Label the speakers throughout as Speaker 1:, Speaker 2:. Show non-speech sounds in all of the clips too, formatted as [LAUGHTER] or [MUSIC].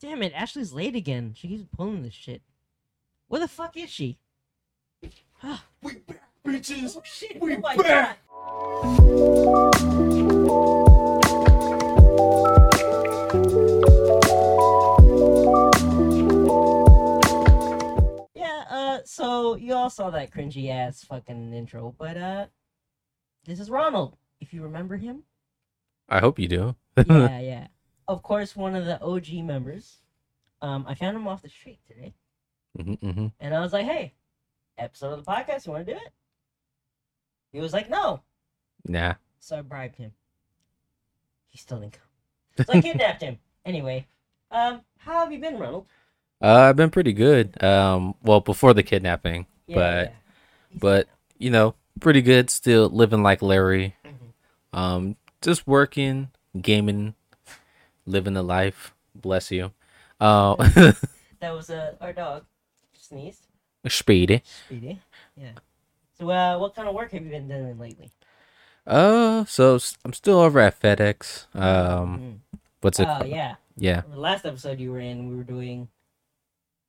Speaker 1: damn it, Ashley's late again. She keeps pulling this shit. Where the fuck is she?
Speaker 2: We back, bitches.
Speaker 1: Shit,
Speaker 2: We
Speaker 1: oh my
Speaker 2: back.
Speaker 1: God. Yeah, uh, so you all saw that cringy ass fucking intro, but uh, this is Ronald, if you remember him.
Speaker 3: I hope you do.
Speaker 1: yeah, yeah. Of course, one of the OG members. Um, I found him off the street today,
Speaker 3: hmm hmm
Speaker 1: and I was like, "Hey, episode of the podcast, you want to do it?" He was like, "No,"
Speaker 3: Nah.
Speaker 1: so I bribed him. He still didn't come, so
Speaker 3: [LAUGHS]
Speaker 1: I kidnapped him. Anyway, um, how have you been, Ronald?
Speaker 3: Uh, I've been pretty good. Um, well, before the kidnapping, But-
Speaker 1: He's-
Speaker 3: but you know, pretty good. Still living like Larry.
Speaker 1: Mhm.
Speaker 3: Um, just working, gaming, living the life. Bless you. Uh, [LAUGHS]
Speaker 1: that was uh, our dog sneezed.
Speaker 3: Speedy.
Speaker 1: Speedy. Yeah. So, uh, what kind of work have you been doing lately?
Speaker 3: Uh, so s- I'm still over at FedEx. Um,
Speaker 1: Mm.
Speaker 3: what's it?
Speaker 1: oh
Speaker 3: called?
Speaker 1: yeah.
Speaker 3: yeah.
Speaker 1: The last episode you were in, we were doing.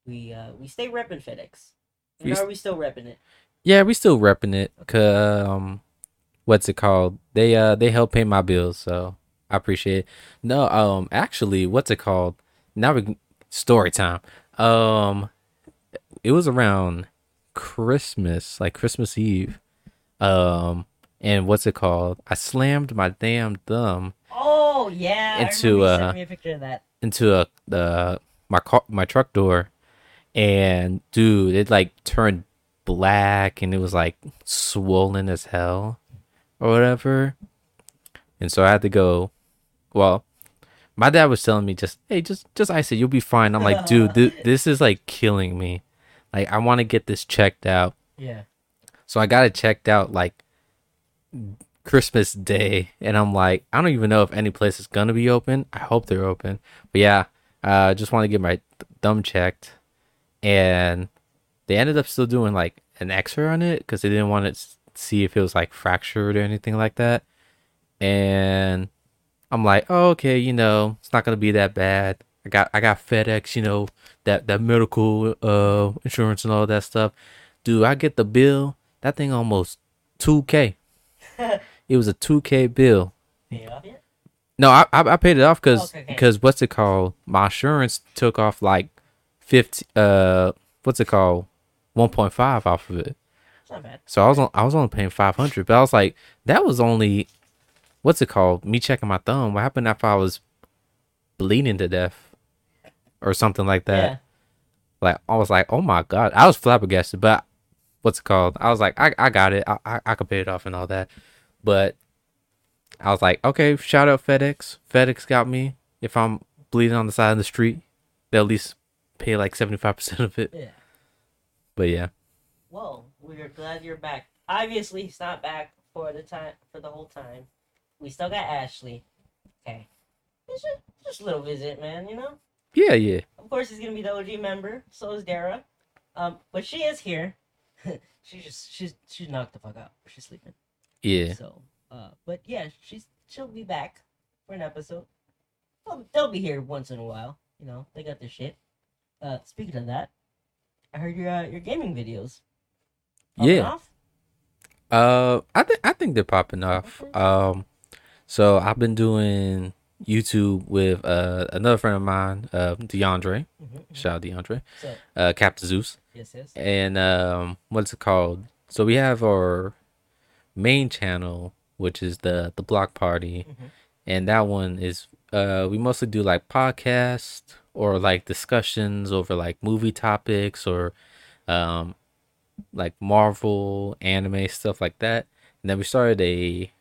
Speaker 1: We uh we stay repping FedEx. And
Speaker 3: We
Speaker 1: are
Speaker 3: st-
Speaker 1: we still repping it?
Speaker 3: Yeah, we still repping it. 'cause, um, what's it called? They uh they help pay my bills, so I appreciate it. No, um, actually, what's it called? Now we can- story time. Um, it was around Christmas, like Christmas Eve. Um, and what's it called? I slammed my damn thumb
Speaker 1: Oh yeah.
Speaker 3: And
Speaker 1: I
Speaker 3: to,
Speaker 1: remember you sent
Speaker 3: uh,
Speaker 1: me a picture of that.
Speaker 3: into a the my car my truck door and dude it like turned black and it was like swollen as hell or whatever and so i had to go well my dad was telling me just hey just just ice it you'll be fine i'm like dude th- this is like killing me like i want to get this checked out
Speaker 1: Yeah.
Speaker 3: so I got it checked out like Christmas Day, and I'm like, I don't even know if any place is gonna be open. I hope they're open, but yeah, I uh, just want to get my th- thumb checked, and they ended up still doing like an X-ray on it because they didn't want to s- see if it was like fractured or anything like that. And I'm like, oh, okay, you know, it's not gonna be that bad. I got I got FedEx, you know, that that medical uh insurance and all that stuff. Dude, I get the bill. That thing almost
Speaker 1: [LAUGHS]
Speaker 3: two k. it was a two k bill.
Speaker 1: Yeah.
Speaker 3: No, I I, I paid it off because
Speaker 1: Okay, okay.
Speaker 3: because what's it called? My insurance took off like fifty. Uh, what's it called? One point five off of it.
Speaker 1: It's not bad.
Speaker 3: So I was on, I was only paying five hundred, but I was like, that was only, what's it called? Me checking my thumb. What happened if I was bleeding to death, or something like that?
Speaker 1: yeah.
Speaker 3: Like I was like, oh my god, I was flabbergasted. But what's it called? I was like, I, I got it. I, I I could pay it off and all that. But I was like, okay, shout out FedEx. FedEx got me. If I'm bleeding on the side of the street, they'll at least pay like seventy five percent of it.
Speaker 1: Yeah.
Speaker 3: But yeah,
Speaker 1: Well, we're glad you're back. Obviously, he's not back for the time for the whole time. We still got Ashley. Okay. It's just, just a little visit, man. You know.
Speaker 3: yeah, yeah.
Speaker 1: Of course, he's gonna be the OG member. So is Dara. Um, but she is here. [LAUGHS] she's just she's she's knocked the fuck out. She's sleeping.
Speaker 3: Yeah.
Speaker 1: So, uh, but yeah, she's she'll be back for an episode. They'll, they'll be here once in a while. You know, they got their shit. Uh, speaking of that, I heard your uh, your gaming videos. popping
Speaker 3: Yeah.
Speaker 1: off?
Speaker 3: Uh, I think I think they're popping off.
Speaker 1: Okay.
Speaker 3: Um, so I've been doing YouTube with uh another friend of mine, uh DeAndre.
Speaker 1: Mhm, mhm.
Speaker 3: Shout out DeAndre.
Speaker 1: So
Speaker 3: Uh, Captain Zeus.
Speaker 1: yes, yes.
Speaker 3: And um, what's it called? So we have our main channel, which is the the Block Party,
Speaker 1: Mhm.
Speaker 3: and that one is uh we mostly do like podcasts or like discussions over like movie topics or um like Marvel, anime stuff like that. And then we started a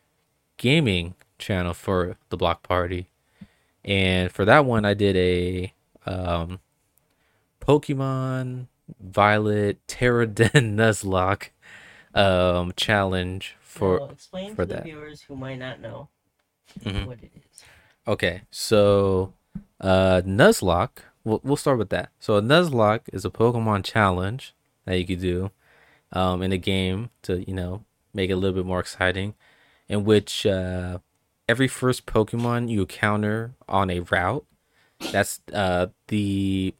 Speaker 3: gaming channel for the block party. And for that one I did a um Pokemon Violet [LAUGHS] Terraden Nuzlocke um challenge for
Speaker 1: Now, explain
Speaker 3: for
Speaker 1: to the
Speaker 3: that.
Speaker 1: viewers who might not know
Speaker 3: Mhm.
Speaker 1: what it is. [LAUGHS]
Speaker 3: Okay, so uh Nuzlocke, we'll, we'll start with that. So a Nuzlocke is a Pokemon challenge that you could do um in a game to, you know, make it a little bit more exciting in which uh every first Pokemon you encounter on a route That's uh the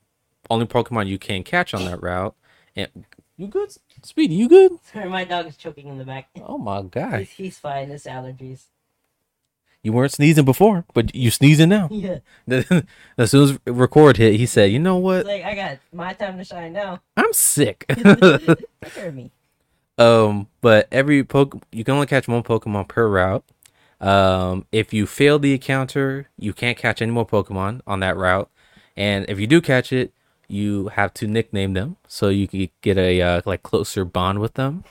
Speaker 3: only Pokemon you can catch on that route. And you good, Speedy? You good?
Speaker 1: Sorry, my dog is choking in the back. [LAUGHS]
Speaker 3: Oh my god!
Speaker 1: He's, he's fine. It's allergies. [LAUGHS]
Speaker 3: You weren't sneezing before, but you sneezing now. [LAUGHS]
Speaker 1: Yeah.
Speaker 3: as soon as record hit, he said, "You know
Speaker 1: It's
Speaker 3: what?
Speaker 1: like I got my time to shine now. [LAUGHS]
Speaker 3: I'm sick." [LAUGHS]
Speaker 1: Take care of me.
Speaker 3: Um, but every poke you can only catch one Pokemon per route. Um, if you fail the encounter, you can't catch any more Pokemon on that route. And if you do catch it, you have to nickname them so you can get a uh, like closer bond with them.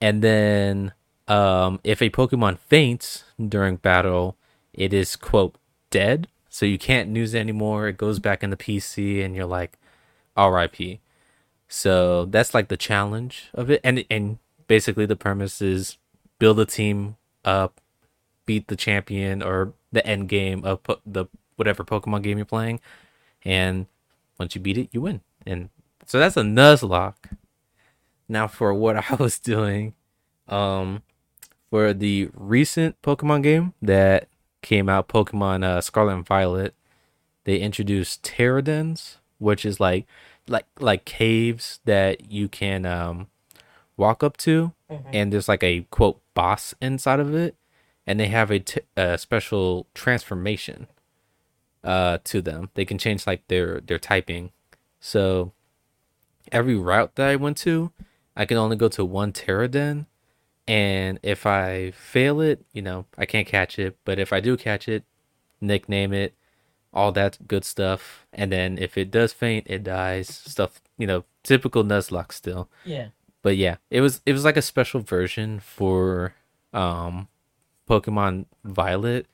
Speaker 3: And then, um, if a Pokemon faints during battle, it is quote dead, so you can't use it anymore. It goes back in the PC, and you're like, R.I.P. So that's like the challenge of it, and and basically the premise is build a team up, beat the champion or the end game of po- the whatever Pokemon game you're playing, and once you beat it, you win. And so that's a Nuzlocke. Now for what [LAUGHS] I was doing, um, for the recent Pokemon game that came out, Pokemon uh, Scarlet and Violet, they introduced Pterodens, which is like like like caves that you can um walk up to and there's like a quote boss inside of it and they have a, t- a special transformation uh to them they can change like their their typing so every route that i went to i can only go to one pterodon and if i fail it you know i can't catch it but if i do catch it nickname it all that good stuff. And then if it does faint, it dies. Stuff, you know, typical Nuzlocke still.
Speaker 1: Yeah.
Speaker 3: But yeah, it was it was like a special version for um Pokemon Violet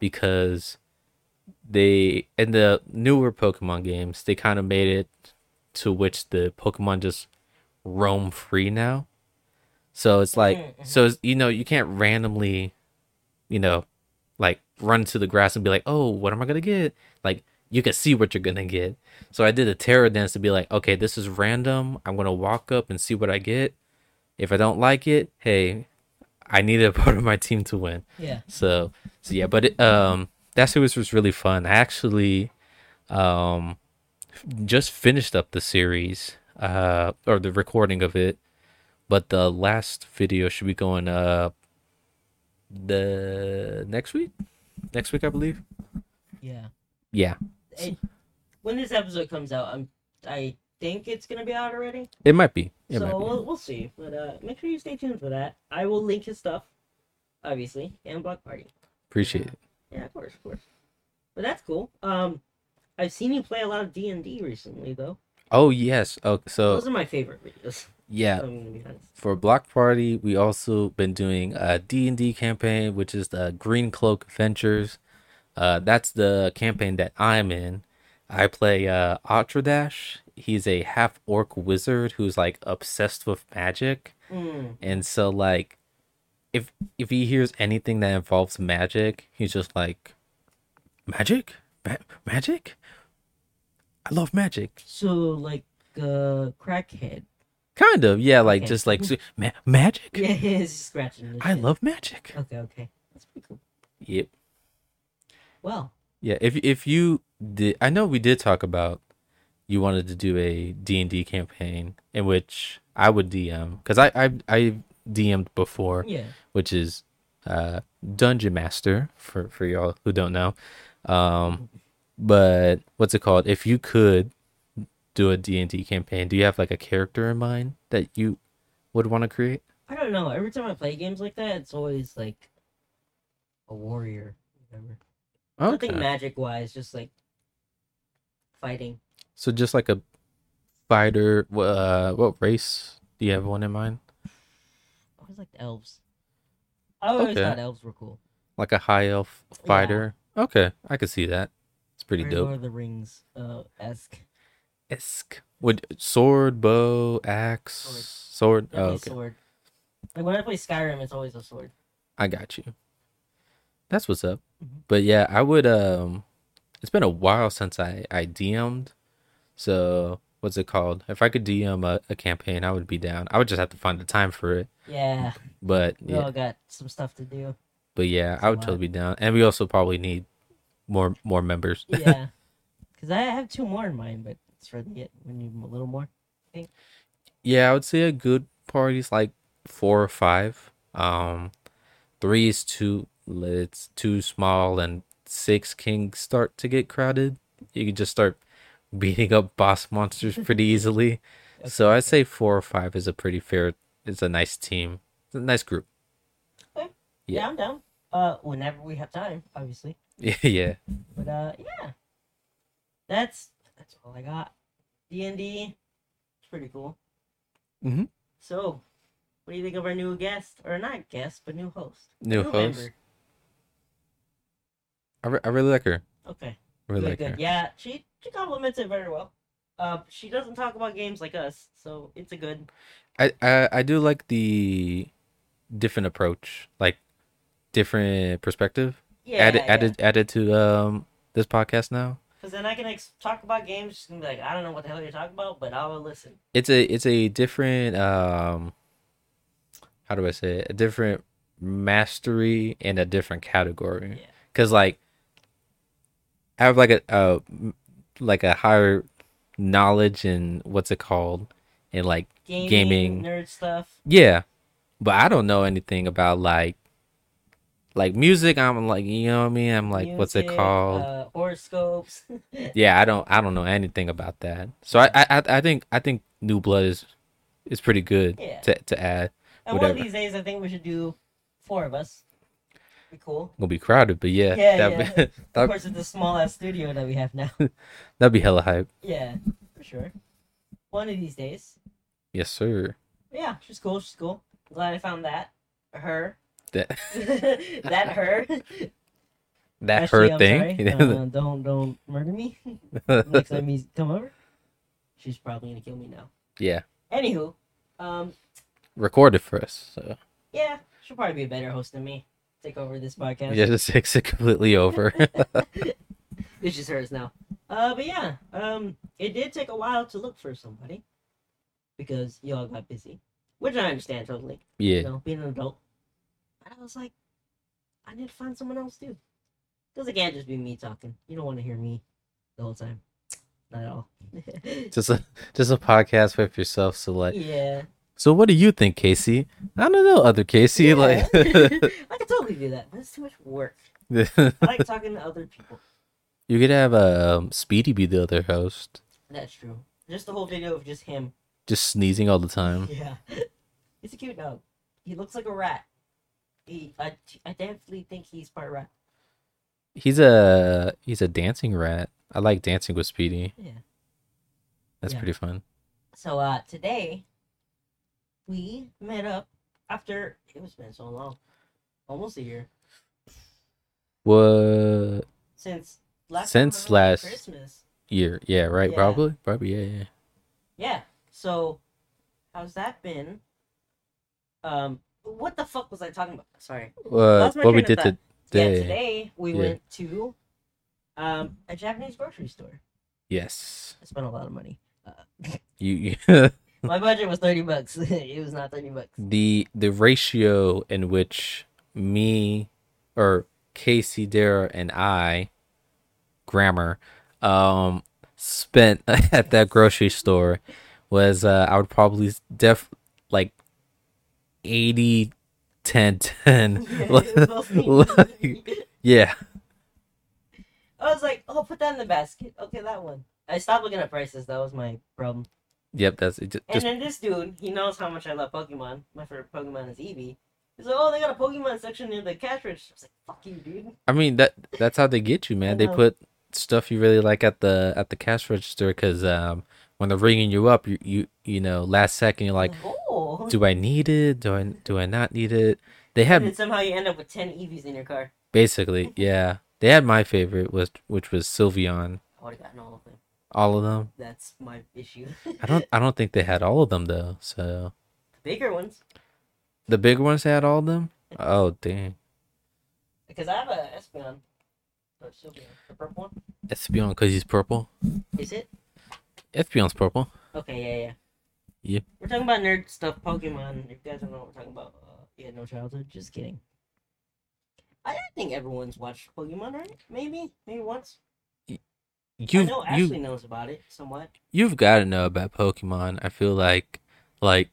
Speaker 3: because they in the newer Pokemon games, they kind of made it to which the Pokemon just roam free now. So it's like so it's, you know, you can't randomly, you know, like run to the grass and be like, "Oh, what am I going to get?" Like you can see what you're going to get. So I did a terror dance to be like, "Okay, this is random. I'm going to walk up and see what I get. If I don't like it, hey, I need a [LAUGHS] part of my team to win."
Speaker 1: Yeah.
Speaker 3: So so yeah, but it, um that series was really fun. I actually um f- just finished up the series uh or the recording of it, but the last video should be going uh the next week. Next week, I believe.
Speaker 1: Yeah.
Speaker 3: Yeah.
Speaker 1: Hey, when this episode comes out, I'm I think it's gonna be out already.
Speaker 3: It might be. It
Speaker 1: so
Speaker 3: might be.
Speaker 1: we'll, we'll see. But uh, make sure you stay tuned for that. I will link his stuff, obviously, and Block Party.
Speaker 3: Appreciate it.
Speaker 1: Yeah, of course, of course. But that's cool. Um, I've seen you play a lot of D and D recently, though.
Speaker 3: Oh yes. Oh
Speaker 1: Those
Speaker 3: so
Speaker 1: are my favorite videos.
Speaker 3: yeah.
Speaker 1: I'm gonna be honest.
Speaker 3: for block party we also been doing a d&d campaign which is the green cloak adventures uh, that's the campaign that i'm in i play uh, atradash he's a half orc wizard who's like obsessed with magic
Speaker 1: Mm,
Speaker 3: and so like if if he hears anything that involves magic, he's just like magic? Ma- magic? I love magic.
Speaker 1: so like uh, crackhead. [LAUGHS]
Speaker 3: Kind of. Yeah, like
Speaker 1: Okay.
Speaker 3: just like so- ma- magic?
Speaker 1: Yeah, he's just scratching. the
Speaker 3: I
Speaker 1: shit.
Speaker 3: love magic.
Speaker 1: Okay, okay, that's pretty cool.
Speaker 3: Yep.
Speaker 1: Well,
Speaker 3: Yeah, if if you did I know we did talk about you wanted to do a D&D campaign in which I would DM cuz I I I DM'd before.
Speaker 1: yeah.
Speaker 3: which is uh, Dungeon Master for for y'all who don't know. Um, but what's it called? If you could do a D and D campaign, do you have like a character in mind that you would want to create?
Speaker 1: I don't know. Every time I play games like that, it's always like a warrior. Whatever. Nothing
Speaker 3: Okay,
Speaker 1: magic wise, just like fighting.
Speaker 3: so just like a fighter. wh- Uh, what race do you have one in mind?
Speaker 1: I always liked elves. I always
Speaker 3: Okay.
Speaker 1: thought elves were cool.
Speaker 3: Like a high elf fighter? Okay, I could see that. It's pretty
Speaker 1: Very
Speaker 3: dope. Oh,
Speaker 1: Lord of the Rings uh, esque.
Speaker 3: Esk. Would sword, bow, axe, sword.
Speaker 1: Definitely
Speaker 3: Oh, okay.
Speaker 1: sword. Like when I play Skyrim, it's always a sword.
Speaker 3: I got you. That's what's up.
Speaker 1: Mhm.
Speaker 3: But yeah, I would um it's been a while since I I DM'd. So what's it called? If I could DM a, a campaign, I would be down. I would just have to find the time for it.
Speaker 1: Yeah,
Speaker 3: But
Speaker 1: we
Speaker 3: yeah,
Speaker 1: all got some stuff to do.
Speaker 3: but yeah,
Speaker 1: It's
Speaker 3: I
Speaker 1: a
Speaker 3: would
Speaker 1: lot.
Speaker 3: [LAUGHS] totally be down. And we also probably need more more members.
Speaker 1: Yeah, Because I have two more in mind, but it's really it. We need a little more.
Speaker 3: Yeah, I would say a good party is like four or five. Um, three is too it's too small, and six can start to get crowded. You can just start [LAUGHS] beating up boss
Speaker 1: [LAUGHS]
Speaker 3: monsters pretty easily. So I'd say four or five is a pretty fair. It's a nice team. It's a nice group. [LAUGHS]
Speaker 1: Yeah,
Speaker 3: Yeah.
Speaker 1: I'm down. Uh, whenever we have time, obviously.
Speaker 3: Yeah, yeah.
Speaker 1: But uh, yeah, that's that's all I got. D and D, it's pretty cool.
Speaker 3: Mhm.
Speaker 1: So, what do you think of our new guest, or not guest, but new host?
Speaker 3: New host.
Speaker 1: member.
Speaker 3: I, re- I really like her.
Speaker 1: Okay.
Speaker 3: I really
Speaker 1: good,
Speaker 3: like
Speaker 1: good.
Speaker 3: her.
Speaker 1: Yeah, she she compliments it very well. Uh, she doesn't talk about games like us, so it's a good.
Speaker 3: I, I I do like the different approach, like different perspective
Speaker 1: Yeah.
Speaker 3: added
Speaker 1: yeah.
Speaker 3: added added to um this podcast now.
Speaker 1: Because then I can ex- talk about games and be like, I don't know what the hell you're talking about, but I'll listen.
Speaker 3: it's a it's a different um how do i say it a different mastery in a different category
Speaker 1: Yeah.
Speaker 3: because like i have like a, a like a higher knowledge in what's it called and like
Speaker 1: Gaming,
Speaker 3: Gaming.
Speaker 1: nerd stuff.
Speaker 3: yeah but i don't know anything about like like music i'm like you know what i mean i'm like what's it
Speaker 1: music,
Speaker 3: called
Speaker 1: Uh, horoscopes.
Speaker 3: yeah i don't i don't know anything about that so I, I I- i think i think new blood is is pretty good
Speaker 1: Yeah.
Speaker 3: to, to add
Speaker 1: And one
Speaker 3: Whatever.
Speaker 1: of these days, I think we should do four of us. Be cool.
Speaker 3: gonna be crowded, but yeah,
Speaker 1: Yeah,
Speaker 3: that'd, Be, [LAUGHS]
Speaker 1: Of
Speaker 3: that'd,
Speaker 1: course, it's a small ass studio that we have now. [LAUGHS]
Speaker 3: that'd be hella hype.
Speaker 1: yeah, for sure. One of these days.
Speaker 3: Yes, sir.
Speaker 1: Yeah, she's cool. She's cool. Glad I found that. Her. [LAUGHS]
Speaker 3: That
Speaker 1: that her. Ashley,
Speaker 3: that her
Speaker 1: I'm
Speaker 3: thing.
Speaker 1: sorry.
Speaker 3: [LAUGHS]
Speaker 1: Um, Uh, don't don't murder me. [LAUGHS] Next time you come over, she's probably gonna kill me now.
Speaker 3: yeah,
Speaker 1: Anywho, um,
Speaker 3: recorded for us. So
Speaker 1: yeah, she'll probably be a better host than me. Take over this podcast.
Speaker 3: yeah, [LAUGHS] just takes it completely
Speaker 1: [LAUGHS]
Speaker 3: over.
Speaker 1: It's just hers now. Uh, but yeah, um, it did take a while to look for somebody because y'all got busy, which I understand totally. You
Speaker 3: yeah,
Speaker 1: know, being an adult, I was like, I need to find someone else too, because it can't just be me talking. You don't want to hear me the whole time, not at all.
Speaker 3: just a just a podcast with yourself. So like,
Speaker 1: [LAUGHS] yeah,
Speaker 3: so what do you think, Casey? I don't know, other Casey.
Speaker 1: yeah.
Speaker 3: Like,
Speaker 1: [LAUGHS]
Speaker 3: [LAUGHS]
Speaker 1: I could totally do that, but it's too much work. I like talking to other people.
Speaker 3: you could have um Speedy be the other host,
Speaker 1: That's true. Just the whole video of just him
Speaker 3: just sneezing all the time.
Speaker 1: [LAUGHS] Yeah. He's a cute dog. He looks like a rat. He, I, I definitely think he's part rat.
Speaker 3: He's a he's a dancing rat. I like dancing with Speedy.
Speaker 1: Yeah.
Speaker 3: That's
Speaker 1: Yeah.
Speaker 3: pretty fun.
Speaker 1: So, uh, today, we met up after, it was been so long, almost a year,
Speaker 3: What?
Speaker 1: since last
Speaker 3: Since
Speaker 1: time around
Speaker 3: last-
Speaker 1: Christmas.
Speaker 3: year. Yeah, right.
Speaker 1: Yeah.
Speaker 3: Probably. Probably. Yeah, yeah.
Speaker 1: Yeah. So, how's that been? Um, what the fuck was I talking about? Sorry.
Speaker 3: Uh,
Speaker 1: Lost my
Speaker 3: what
Speaker 1: train
Speaker 3: we
Speaker 1: of
Speaker 3: did
Speaker 1: thought.
Speaker 3: today.
Speaker 1: Yeah, today we
Speaker 3: Yeah.
Speaker 1: went to um, a Japanese grocery store.
Speaker 3: Yes.
Speaker 1: I spent a lot of money.
Speaker 3: You, you [LAUGHS]
Speaker 1: My budget was thirty bucks. [LAUGHS] it was not thirty bucks. [LAUGHS]
Speaker 3: the the ratio in which me or Casey Dara and I grammar um spent [LAUGHS] at that grocery store was uh I would probably def like 80 10 10 [LAUGHS]
Speaker 1: [LAUGHS]
Speaker 3: like, yeah
Speaker 1: I was like, oh, put that in the basket. Okay, that one. I stopped looking at prices. That was my problem.
Speaker 3: yep that's it ju-
Speaker 1: And
Speaker 3: just
Speaker 1: then this dude, he knows how much I love Pokemon. My favorite Pokemon is Eevee. He's like, oh, they got a Pokemon section in the cash register. I was like, fuck you, dude.
Speaker 3: I mean that that's how they get you, man. They
Speaker 1: know.
Speaker 3: put stuff you really like at the at the cash register because um, when they're ringing you up, you you you know last second you're like,
Speaker 1: [LAUGHS] oh.
Speaker 3: do I need it? Do I do I not need it? They
Speaker 1: And
Speaker 3: had
Speaker 1: then somehow you end up with ten Eevees in your car. [LAUGHS]
Speaker 3: basically yeah. They had my favorite was which was Sylveon.
Speaker 1: I would have gotten all of them.
Speaker 3: All of them.
Speaker 1: That's my issue. [LAUGHS]
Speaker 3: I don't I don't think they had all of them though. So
Speaker 1: Bigger ones.
Speaker 3: the big ones had all of them. Oh dang,
Speaker 1: Because I have a Espeon. Oh, Or Sylveon. The purple one.
Speaker 3: Espeon because he's purple.
Speaker 1: Is it?
Speaker 3: Espeon's purple.
Speaker 1: Okay, yeah, yeah.
Speaker 3: Yeah.
Speaker 1: We're talking about nerd stuff, Pokemon. If you guys don't know what we're talking about, uh, yeah, no childhood. Just kidding. I, I think everyone's watched Pokemon, right? Maybe, maybe once. I
Speaker 3: you've
Speaker 1: know
Speaker 3: you
Speaker 1: Ashley knows about it somewhat.
Speaker 3: you've got to know about Pokemon. I feel like like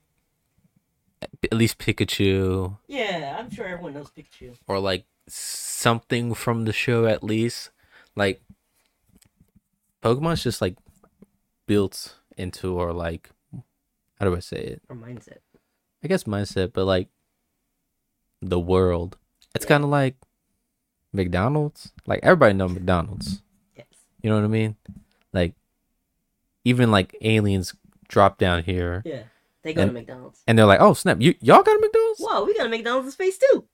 Speaker 3: at least Pikachu
Speaker 1: Yeah, I'm sure everyone knows Pikachu.
Speaker 3: or like something from the show at least. Like Pokemon's just like built into or like how do I say it?
Speaker 1: Or mindset.
Speaker 3: I guess mindset, but like the world. It's kind of like McDonald's. Like everybody know McDonald's.
Speaker 1: Yes.
Speaker 3: You know what I mean? Like even like aliens drop down here
Speaker 1: Yeah. They go
Speaker 3: And-
Speaker 1: to McDonald's.
Speaker 3: and they're like, "Oh snap! You y'all got a McDonald's?
Speaker 1: Whoa, we got a McDonald's in space too.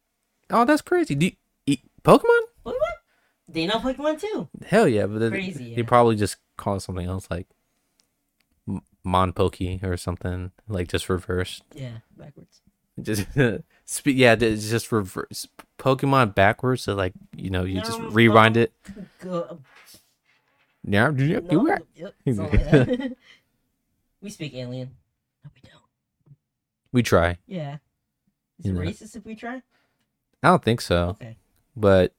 Speaker 3: Oh, that's crazy. Do you eat Pokemon?
Speaker 1: What? what? They know Pokemon too.
Speaker 3: Hell yeah! But
Speaker 1: Crazy,
Speaker 3: they
Speaker 1: yeah.
Speaker 3: probably just call it something else like M- Monpokey or something. Like just reversed.
Speaker 1: Yeah, backwards.
Speaker 3: [LAUGHS] Just spe- yeah, it's just reverse Pokemon backwards. So like you know, you just
Speaker 1: No,
Speaker 3: rewind
Speaker 1: no.
Speaker 3: it.
Speaker 1: Go.
Speaker 3: Yeah, do you do
Speaker 1: no,
Speaker 3: that?
Speaker 1: yep, something like
Speaker 3: [LAUGHS]
Speaker 1: that. [LAUGHS] we speak alien. No, we don't.
Speaker 3: We try.
Speaker 1: Yeah. Is it
Speaker 3: You know.
Speaker 1: racist if we try?
Speaker 3: I don't think so,
Speaker 1: Okay.
Speaker 3: but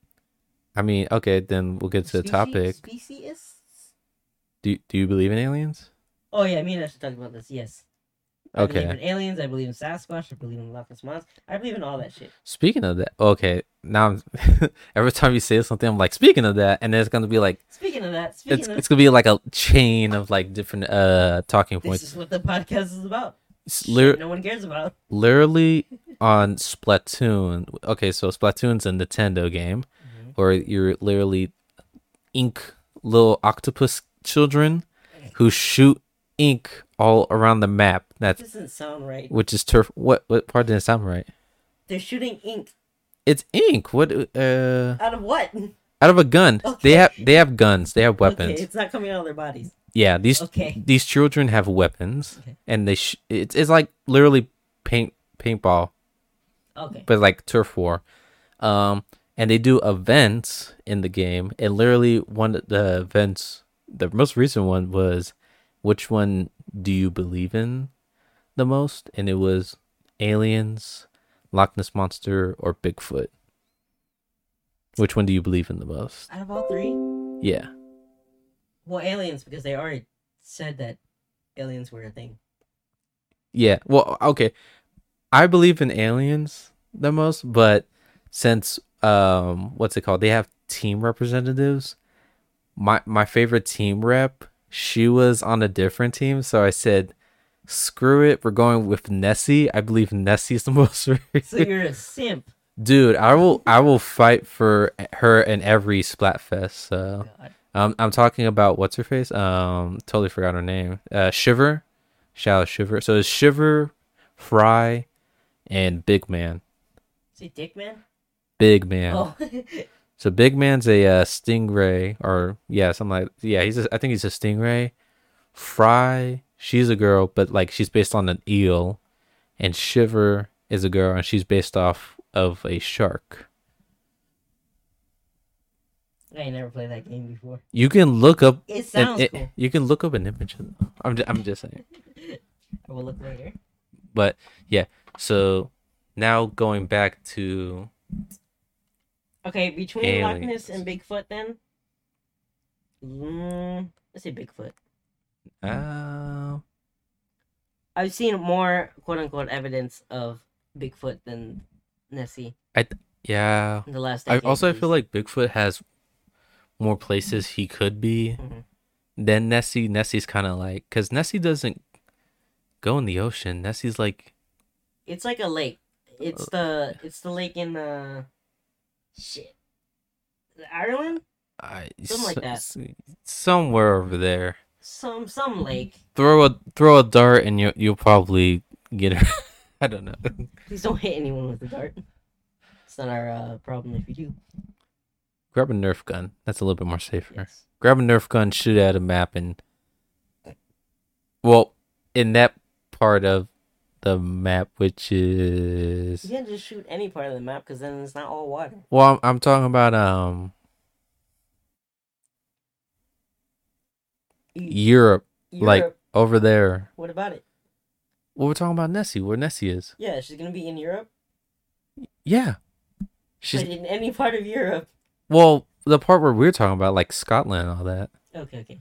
Speaker 3: I mean, okay, then we'll get to the
Speaker 1: Specie-
Speaker 3: topic.
Speaker 1: Speciesists?
Speaker 3: Do Do you believe in aliens?
Speaker 1: Oh yeah, me and I should talk about this. Yes. I believe
Speaker 3: Okay.
Speaker 1: in aliens. I believe in Sasquatch. I believe in Loch Ness monster. I believe in all that shit.
Speaker 3: Speaking of that, okay, now I'm, [LAUGHS] every time you say something, I'm like, speaking of that, and there's gonna be like
Speaker 1: Speaking of that, speaking
Speaker 3: it's
Speaker 1: of
Speaker 3: it's gonna be like a chain of like different uh talking
Speaker 1: this
Speaker 3: points.
Speaker 1: is what the podcast is about.
Speaker 3: S-
Speaker 1: Shit
Speaker 3: lir-
Speaker 1: no one cares about.
Speaker 3: literally on Splatoon. Okay, so Splatoon's a Nintendo game
Speaker 1: Mm-hmm.
Speaker 3: where you're literally ink little octopus children who shoot ink all around the map. That's
Speaker 1: [LAUGHS] This doesn't sound right.
Speaker 3: which is turf. What what part didn't sound right?
Speaker 1: They're shooting ink
Speaker 3: It's ink. What uh
Speaker 1: out of what?
Speaker 3: out of a gun.
Speaker 1: Okay.
Speaker 3: They have they have guns. They have
Speaker 1: [LAUGHS]
Speaker 3: weapons.
Speaker 1: Okay, it's not coming out of their bodies.
Speaker 3: Yeah, these
Speaker 1: Okay.
Speaker 3: these children have weapons,
Speaker 1: Okay.
Speaker 3: and they sh- it's it's like literally paint paintball,
Speaker 1: Okay.
Speaker 3: but like turf war. Um, and they do events in the game, and literally one of the events, the most recent one was, which one do you believe in, the most? And it was aliens, Loch Ness monster, or Bigfoot. Which one do you believe in the most?
Speaker 1: Out of all three,
Speaker 3: Yeah,
Speaker 1: well, aliens because they already said that aliens were a thing.
Speaker 3: Yeah. Well, okay. I believe in aliens the most, but since um what's it called? They have team representatives. My my favorite team rep, she was on a different team, so I said, "Screw it, we're going with Nessie. I believe Nessie's the [LAUGHS] most
Speaker 1: So you're a simp.
Speaker 3: Dude, I will I will fight for her in every Splatfest. So,
Speaker 1: God.
Speaker 3: um, I'm talking about what's her face? Um, totally forgot her name. Uh, Shiver, shout out Shiver. So it's Shiver, Fry, and Big Man.
Speaker 1: See, Dick Man.
Speaker 3: Big Man.
Speaker 1: Oh, [LAUGHS]
Speaker 3: So Big Man's a uh, stingray, or yeah, something like yeah. He's a, I think he's a stingray. Fry, she's a girl, but like she's based on an eel, and Shiver is a girl, and she's based off of a shark.
Speaker 1: I ain't never played that game before.
Speaker 3: You can look up.
Speaker 1: It
Speaker 3: an-
Speaker 1: sounds
Speaker 3: it-
Speaker 1: cool.
Speaker 3: You can look up an image. of them. I'm just, I'm just saying.
Speaker 1: I will look later.
Speaker 3: But yeah, so now going back to
Speaker 1: Okay, between Loch Ness
Speaker 3: Aliens.
Speaker 1: and Bigfoot, then. Mm, let's say Bigfoot.
Speaker 3: uh,
Speaker 1: I've seen more quote unquote evidence of Bigfoot than Nessie
Speaker 3: yeah.
Speaker 1: in the last.
Speaker 3: I
Speaker 1: Decade,
Speaker 3: also I
Speaker 1: at
Speaker 3: feel
Speaker 1: least.
Speaker 3: like Bigfoot has more places he could be
Speaker 1: Mhm.
Speaker 3: than Nessie. Nessie's kind of like because Nessie doesn't go in the ocean. Nessie's like
Speaker 1: it's like a lake. It's
Speaker 3: Uh,
Speaker 1: the it's the lake in uh shit Ireland
Speaker 3: I
Speaker 1: Something like that.
Speaker 3: somewhere over there.
Speaker 1: some some lake.
Speaker 3: Throw a throw a dart and you you'll probably get her. [LAUGHS] I don't know.
Speaker 1: Please don't hit anyone with a dart. It's not our uh, problem if you do.
Speaker 3: Grab a Nerf gun. That's a little bit more safer.
Speaker 1: Yes.
Speaker 3: grab a Nerf gun, shoot at a map, and well, in that part of the map, which
Speaker 1: You
Speaker 3: is
Speaker 1: can't just shoot any part of the map because then it's not all water.
Speaker 3: well, I'm, I'm talking about um
Speaker 1: You,
Speaker 3: Europe, like
Speaker 1: Europe,
Speaker 3: over there.
Speaker 1: what about it?
Speaker 3: Well, we're talking about Nessie, where Nessie is.
Speaker 1: Yeah, she's gonna be in Europe,
Speaker 3: Yeah, she's
Speaker 1: but in any part of Europe.
Speaker 3: well, the part where we're talking about, like Scotland and all that.
Speaker 1: Okay, okay.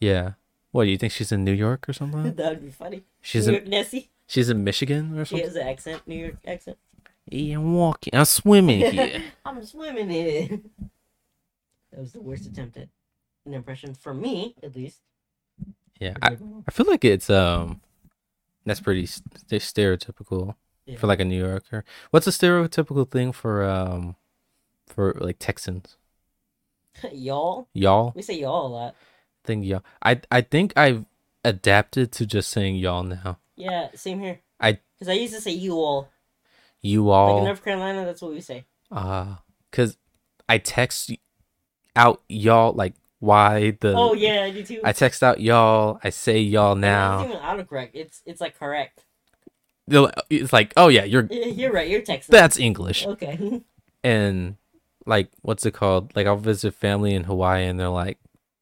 Speaker 3: Yeah. What do you think she's in New York or something?
Speaker 1: [LAUGHS] that would be funny.
Speaker 3: She's
Speaker 1: New
Speaker 3: in
Speaker 1: York Nessie.
Speaker 3: she's in Michigan or
Speaker 1: She
Speaker 3: something.
Speaker 1: has an accent, New York accent.
Speaker 3: Yeah, I'm walking.
Speaker 1: [LAUGHS]
Speaker 3: I'm swimming here.
Speaker 1: I'm swimming in it. [LAUGHS] That was the worst attempt at an impression for me, at least.
Speaker 3: yeah, I, I feel like it's um, that's pretty st- stereotypical
Speaker 1: Yeah.
Speaker 3: for like a New Yorker. What's a stereotypical thing for um, for like Texans?
Speaker 1: [LAUGHS] y'all.
Speaker 3: Y'all
Speaker 1: We say y'all a lot.
Speaker 3: think y'all. I I think I've adapted to just saying y'all now.
Speaker 1: Yeah, same here.
Speaker 3: I-
Speaker 1: because I used to say you all.
Speaker 3: You
Speaker 1: Like in
Speaker 3: all.
Speaker 1: North Carolina, that's what we say.
Speaker 3: Uh, cause I text y- out y'all like why the
Speaker 1: oh yeah, I do too.
Speaker 3: Uh, I text out y'all. I say y'all
Speaker 1: It's
Speaker 3: now.
Speaker 1: not even autocorrect. It's it's like correct. [LAUGHS]
Speaker 3: They're like- It's like oh yeah, you're
Speaker 1: Yeah, You're right. You're Texan.
Speaker 3: that's English
Speaker 1: Okay. [LAUGHS]
Speaker 3: and like what's it called? Like I'll visit family in Hawaii and they're like,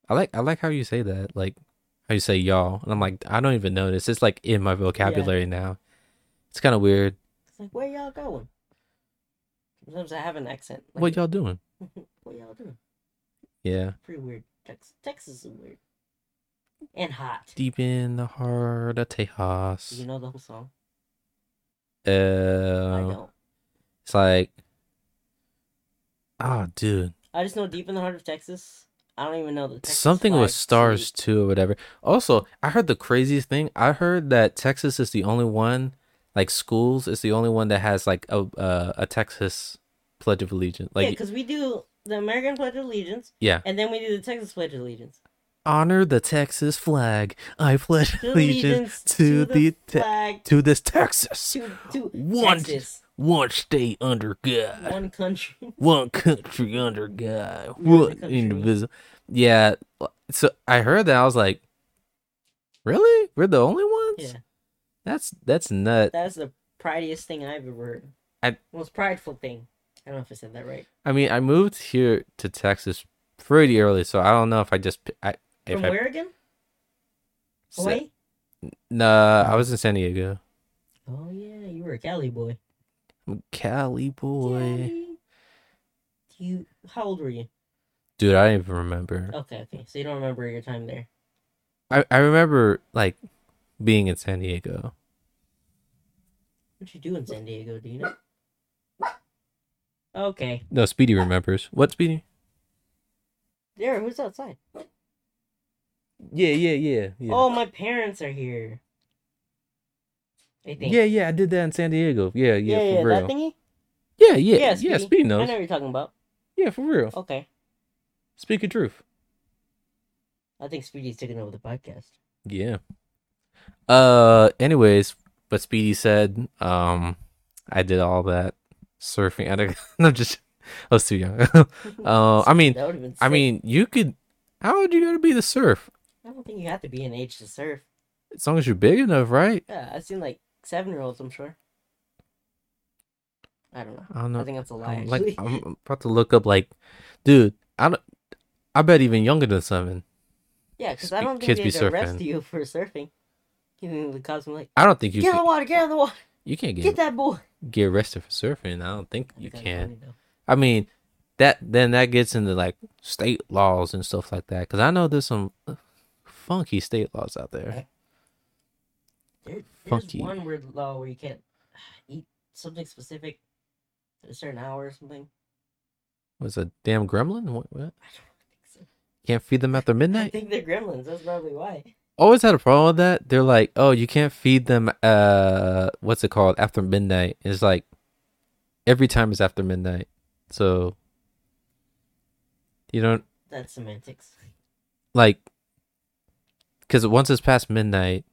Speaker 3: I like I like how you say that like how you say y'all and I'm like I don't even notice. It's like in my vocabulary now. It's kind of weird.
Speaker 1: It's like where y'all going? Sometimes I have an accent. Like,
Speaker 3: What y'all doing?
Speaker 1: what y'all doing?
Speaker 3: Yeah,
Speaker 1: Pretty weird. Texas, Texas is weird and hot.
Speaker 3: deep in the heart of
Speaker 1: You
Speaker 3: Tejas.
Speaker 1: know the whole song. I
Speaker 3: Uh,
Speaker 1: don't.
Speaker 3: It's like, oh, dude,
Speaker 1: I just know deep in the heart of Texas. I don't even know the Texas
Speaker 3: something
Speaker 1: flag
Speaker 3: with stars
Speaker 1: salute.
Speaker 3: too, or whatever. Also, I heard the craziest thing. I heard that Texas is the only one, like schools, is the only one that has like a uh, a Texas Pledge of Allegiance.
Speaker 1: yeah,
Speaker 3: Like,
Speaker 1: because we do the American Pledge of Allegiance,
Speaker 3: yeah,
Speaker 1: and then we do the Texas Pledge of
Speaker 3: [LAUGHS]
Speaker 1: Allegiance.
Speaker 3: honor the Texas flag. I
Speaker 1: [LAUGHS]
Speaker 3: pledge
Speaker 1: To
Speaker 3: allegiance to, the, te-
Speaker 1: flag
Speaker 3: to this Texas,
Speaker 1: to, to
Speaker 3: One-
Speaker 1: Texas,
Speaker 3: one state under God.
Speaker 1: one country. [LAUGHS]
Speaker 3: one country under God,
Speaker 1: We're
Speaker 3: one
Speaker 1: the country.
Speaker 3: indivisible. Yeah, so I heard that I was like, really? We're the only ones?
Speaker 1: Yeah.
Speaker 3: That's that's nut.
Speaker 1: That's the pridiest thing I've ever heard.
Speaker 3: I-
Speaker 1: Most prideful thing. I don't know if I said that right.
Speaker 3: I mean, I moved here to Texas pretty early, so I don't know if I just I if
Speaker 1: From
Speaker 3: I
Speaker 1: where again?
Speaker 3: sa-
Speaker 1: Hawaii?
Speaker 3: Nah, I was in San Diego.
Speaker 1: Oh yeah, you were a Cali boy.
Speaker 3: I'm a Cali boy,
Speaker 1: Cali. Do You how old were you?
Speaker 3: dude. I don't even remember.
Speaker 1: Okay, okay. So you don't remember your time there.
Speaker 3: I I remember like being in San Diego.
Speaker 1: What you do in San Diego, do you know? Okay.
Speaker 3: No, Speedy remembers. What Speedy?
Speaker 1: There, who's outside?
Speaker 3: Yeah, yeah, yeah, yeah.
Speaker 1: Oh my parents are here. I think.
Speaker 3: Yeah, yeah, I did that in San Diego. Yeah,
Speaker 1: yeah,
Speaker 3: yeah, for
Speaker 1: yeah,
Speaker 3: real.
Speaker 1: that thingy?
Speaker 3: Yeah, yeah, yeah.
Speaker 1: Speedy.
Speaker 3: Speedy,
Speaker 1: I
Speaker 3: knows.
Speaker 1: know Oh. what you're talking about.
Speaker 3: Yeah, for real.
Speaker 1: Okay.
Speaker 3: Speak your truth.
Speaker 1: I think Speedy's taking over the podcast.
Speaker 3: Yeah. Uh. Anyways, but Speedy said, um, I did all that surfing. [LAUGHS] I don't, I'm just. I was too young. [LAUGHS] uh, I mean,
Speaker 1: That would have been
Speaker 3: I
Speaker 1: sick.
Speaker 3: mean, you could. How old you gotta be to surf?
Speaker 1: I don't think you have to be an age to surf.
Speaker 3: As long as you're big enough, right?
Speaker 1: Yeah, I've seen like seven year olds, I'm sure. I don't know.
Speaker 3: I don't
Speaker 1: I
Speaker 3: know.
Speaker 1: think that's a lie,
Speaker 3: I'm,
Speaker 1: actually.
Speaker 3: like, I'm I'm about to look up. Like, dude, I don't. I bet even younger than seven.
Speaker 1: [LAUGHS] yeah, because I
Speaker 3: spe-
Speaker 1: don't think
Speaker 3: kids
Speaker 1: they'd
Speaker 3: be
Speaker 1: arrest
Speaker 3: surfing.
Speaker 1: you for surfing. You know, the cops were like,
Speaker 3: I don't think you.
Speaker 1: get out of
Speaker 3: Can,
Speaker 1: the water, get out of the water,
Speaker 3: you can't
Speaker 1: get
Speaker 3: get
Speaker 1: that boy. [LAUGHS]
Speaker 3: get arrested for surfing. I don't think
Speaker 1: That'd
Speaker 3: you
Speaker 1: be kinda
Speaker 3: can.
Speaker 1: funny, though.
Speaker 3: I mean, that then that gets into like state laws and stuff like that. Because I know there's some uh, funky state laws out there.
Speaker 1: There, there's
Speaker 3: Funky.
Speaker 1: one weird law where you can't [SIGHS] eat something specific at a certain hour or something. [LAUGHS]
Speaker 3: Was a damn gremlin? What, what?
Speaker 1: I don't think
Speaker 3: Can't feed them after
Speaker 1: so. I [LAUGHS]
Speaker 3: midnight.
Speaker 1: think they're gremlins. That's probably why.
Speaker 3: Always had a problem with that. They're like, oh, you can't feed them. Uh, what's it called? After midnight. It's like every time is after midnight. So you don't
Speaker 1: That's semantics.
Speaker 3: like because once it's past midnight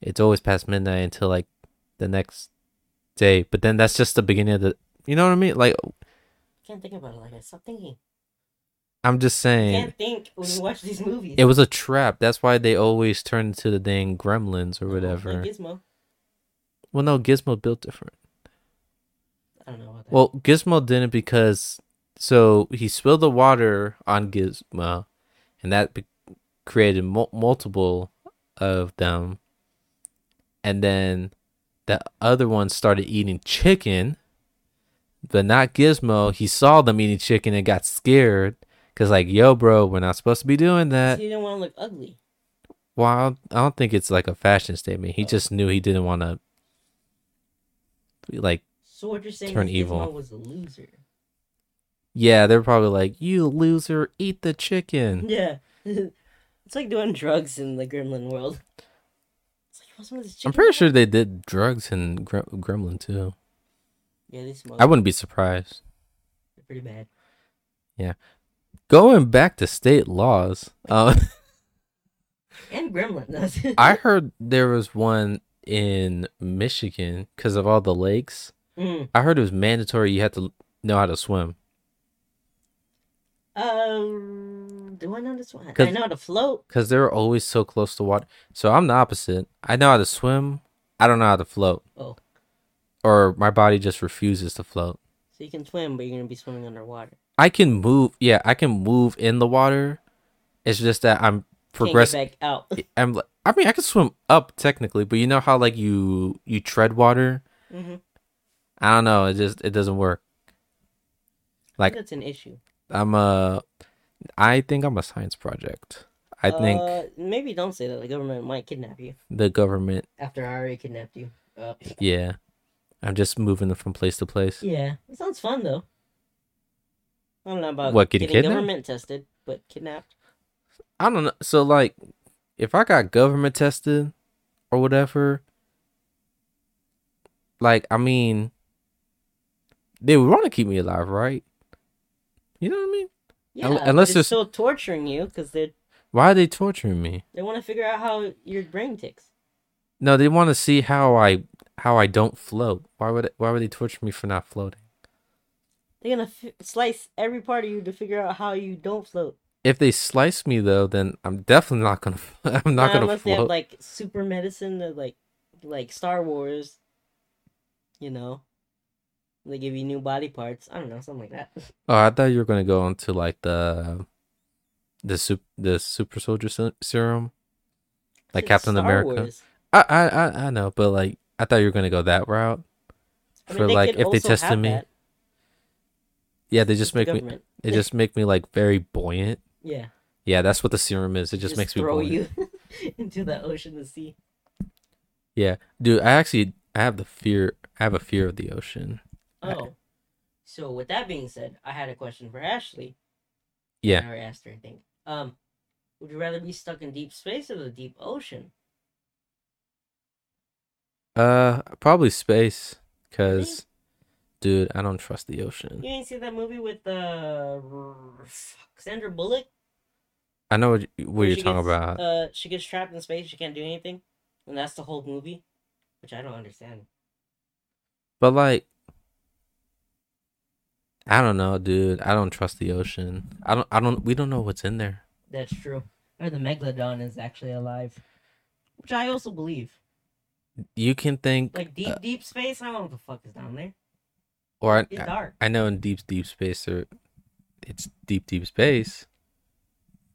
Speaker 3: it's always past midnight until like the next day but then that's just the beginning of the you know what i mean like
Speaker 1: Can't think about it like that. Stop thinking.
Speaker 3: i'm just saying
Speaker 1: Can't think when you watch these movies.
Speaker 3: it was a trap that's why they always turn into the dang gremlins or
Speaker 1: Oh, like
Speaker 3: whatever
Speaker 1: Gizmo.
Speaker 3: well no gizmo built different
Speaker 1: I don't know about that.
Speaker 3: well gizmo didn't because so he spilled the water on gizmo and that be- created mul multiple of them and then the other one started eating chicken but not gizmo he saw them eating chicken and got scared Cause like, yo, bro, we're not supposed to be doing
Speaker 1: so
Speaker 3: that.
Speaker 1: you don't want to look ugly.
Speaker 3: Well, I don't, I don't think it's like a fashion statement. He just knew he didn't want to. Like,
Speaker 1: So what you're saying
Speaker 3: Turn
Speaker 1: is
Speaker 3: evil.
Speaker 1: Gizmo was a loser.
Speaker 3: yeah, they're probably like, you loser, eat the chicken.
Speaker 1: Yeah. [LAUGHS] it's like doing drugs in the gremlin world. It's like, "You want some of this
Speaker 3: I'm
Speaker 1: chicken
Speaker 3: pretty
Speaker 1: back?"
Speaker 3: sure they did drugs in Gre- Gremlin too.
Speaker 1: Yeah, they smoke.
Speaker 3: I wouldn't be surprised.
Speaker 1: They're pretty bad.
Speaker 3: Going back to state laws, um,
Speaker 1: And gremlin. [LAUGHS]
Speaker 3: I heard there was one in Michigan because of all the lakes.
Speaker 1: Mm.
Speaker 3: I heard it was mandatory you had to know how to swim.
Speaker 1: Um, do I know this one? I
Speaker 3: Cause-
Speaker 1: know how to float.
Speaker 3: because they're always so close to water. So I'm the opposite. I know how to swim. I don't know how to float,
Speaker 1: Oh,
Speaker 3: or my body just refuses to float.
Speaker 1: so you can swim, but you're gonna be swimming underwater.
Speaker 3: I can move. Yeah, I can move in the water. It's just that I'm progressing.
Speaker 1: Can't get back out. [LAUGHS]
Speaker 3: I'm. li- I mean, I can swim up technically, but you know how like you you tread water.
Speaker 1: hmm
Speaker 3: I don't know. It just it doesn't work. Like-
Speaker 1: that's an issue.
Speaker 3: I'm a. I think I'm a science project. I think
Speaker 1: Uh, maybe don't say that. The government might kidnap you
Speaker 3: the government.
Speaker 1: after I already kidnapped you. Uh,
Speaker 3: Yeah, I'm just moving from place to place.
Speaker 1: yeah, it sounds fun though. I don't know about
Speaker 3: What, getting
Speaker 1: getting
Speaker 3: kidnapped?
Speaker 1: government tested, but kidnapped.
Speaker 3: I don't know. So like, if I got government tested or whatever, like I mean, they would want to keep me alive, right? You know what I mean?
Speaker 1: Yeah,
Speaker 3: Un-
Speaker 1: but
Speaker 3: unless
Speaker 1: it's
Speaker 3: there's-
Speaker 1: still torturing you because they
Speaker 3: Why are they torturing me?
Speaker 1: they want to figure out how your brain ticks.
Speaker 3: No, they want to see how I how I don't float. Why would why would they torture me for not floating?
Speaker 1: They're gonna f- slice every part of you to figure out how you don't float.
Speaker 3: If they slice me though, then I'm definitely not gonna [LAUGHS] I'm not gonna
Speaker 1: unless they have
Speaker 3: float.
Speaker 1: like super medicine that like like Star Wars. You know, they give you new body parts. I don't know, something like that. [LAUGHS]
Speaker 3: oh, I thought you were gonna go into like the the sup- the super soldier se- serum, like
Speaker 1: It's
Speaker 3: Captain
Speaker 1: Star
Speaker 3: America.
Speaker 1: Wars.
Speaker 3: I, I I I know, but like I thought you were gonna go that route.
Speaker 1: I mean,
Speaker 3: For, like,
Speaker 1: could
Speaker 3: if they
Speaker 1: also
Speaker 3: tested
Speaker 1: have
Speaker 3: me,
Speaker 1: that.
Speaker 3: Yeah, they
Speaker 1: It's
Speaker 3: just
Speaker 1: the
Speaker 3: make me.
Speaker 1: government.
Speaker 3: It just make me like very buoyant.
Speaker 1: Yeah,
Speaker 3: Yeah, that's what the serum is. It just, makes me
Speaker 1: throw
Speaker 3: buoyant.
Speaker 1: you [LAUGHS] into the ocean to
Speaker 3: [LAUGHS]
Speaker 1: sea.
Speaker 3: Dude, I actually I have the fear. I have a fear of the ocean. I-
Speaker 1: Oh, so with that being said, I had a question for Ashley.
Speaker 3: Yeah.
Speaker 1: I already asked her. I think. Um, would you rather be stuck in deep space or the deep ocean?
Speaker 3: Uh, probably space, cause, dude, I don't trust the ocean.
Speaker 1: You ain't seen that movie with uh, fuck, Sandra Bullock?
Speaker 3: I know what, you- what
Speaker 1: where
Speaker 3: you're
Speaker 1: she
Speaker 3: talking
Speaker 1: gets,
Speaker 3: about.
Speaker 1: Uh, she gets trapped in space. She can't do anything, and that's the whole movie, which I don't understand.
Speaker 3: But like, I don't know, dude. I don't trust the ocean. I don't. I don't. We don't know what's in there.
Speaker 1: That's true. Or the megalodon is actually alive, which I also believe.
Speaker 3: You can think,
Speaker 1: Like deep, deep space. I don't know what the fuck is down there.
Speaker 3: or
Speaker 1: It's
Speaker 3: I,
Speaker 1: dark.
Speaker 3: I know in deep, deep space, there, it's deep, deep space,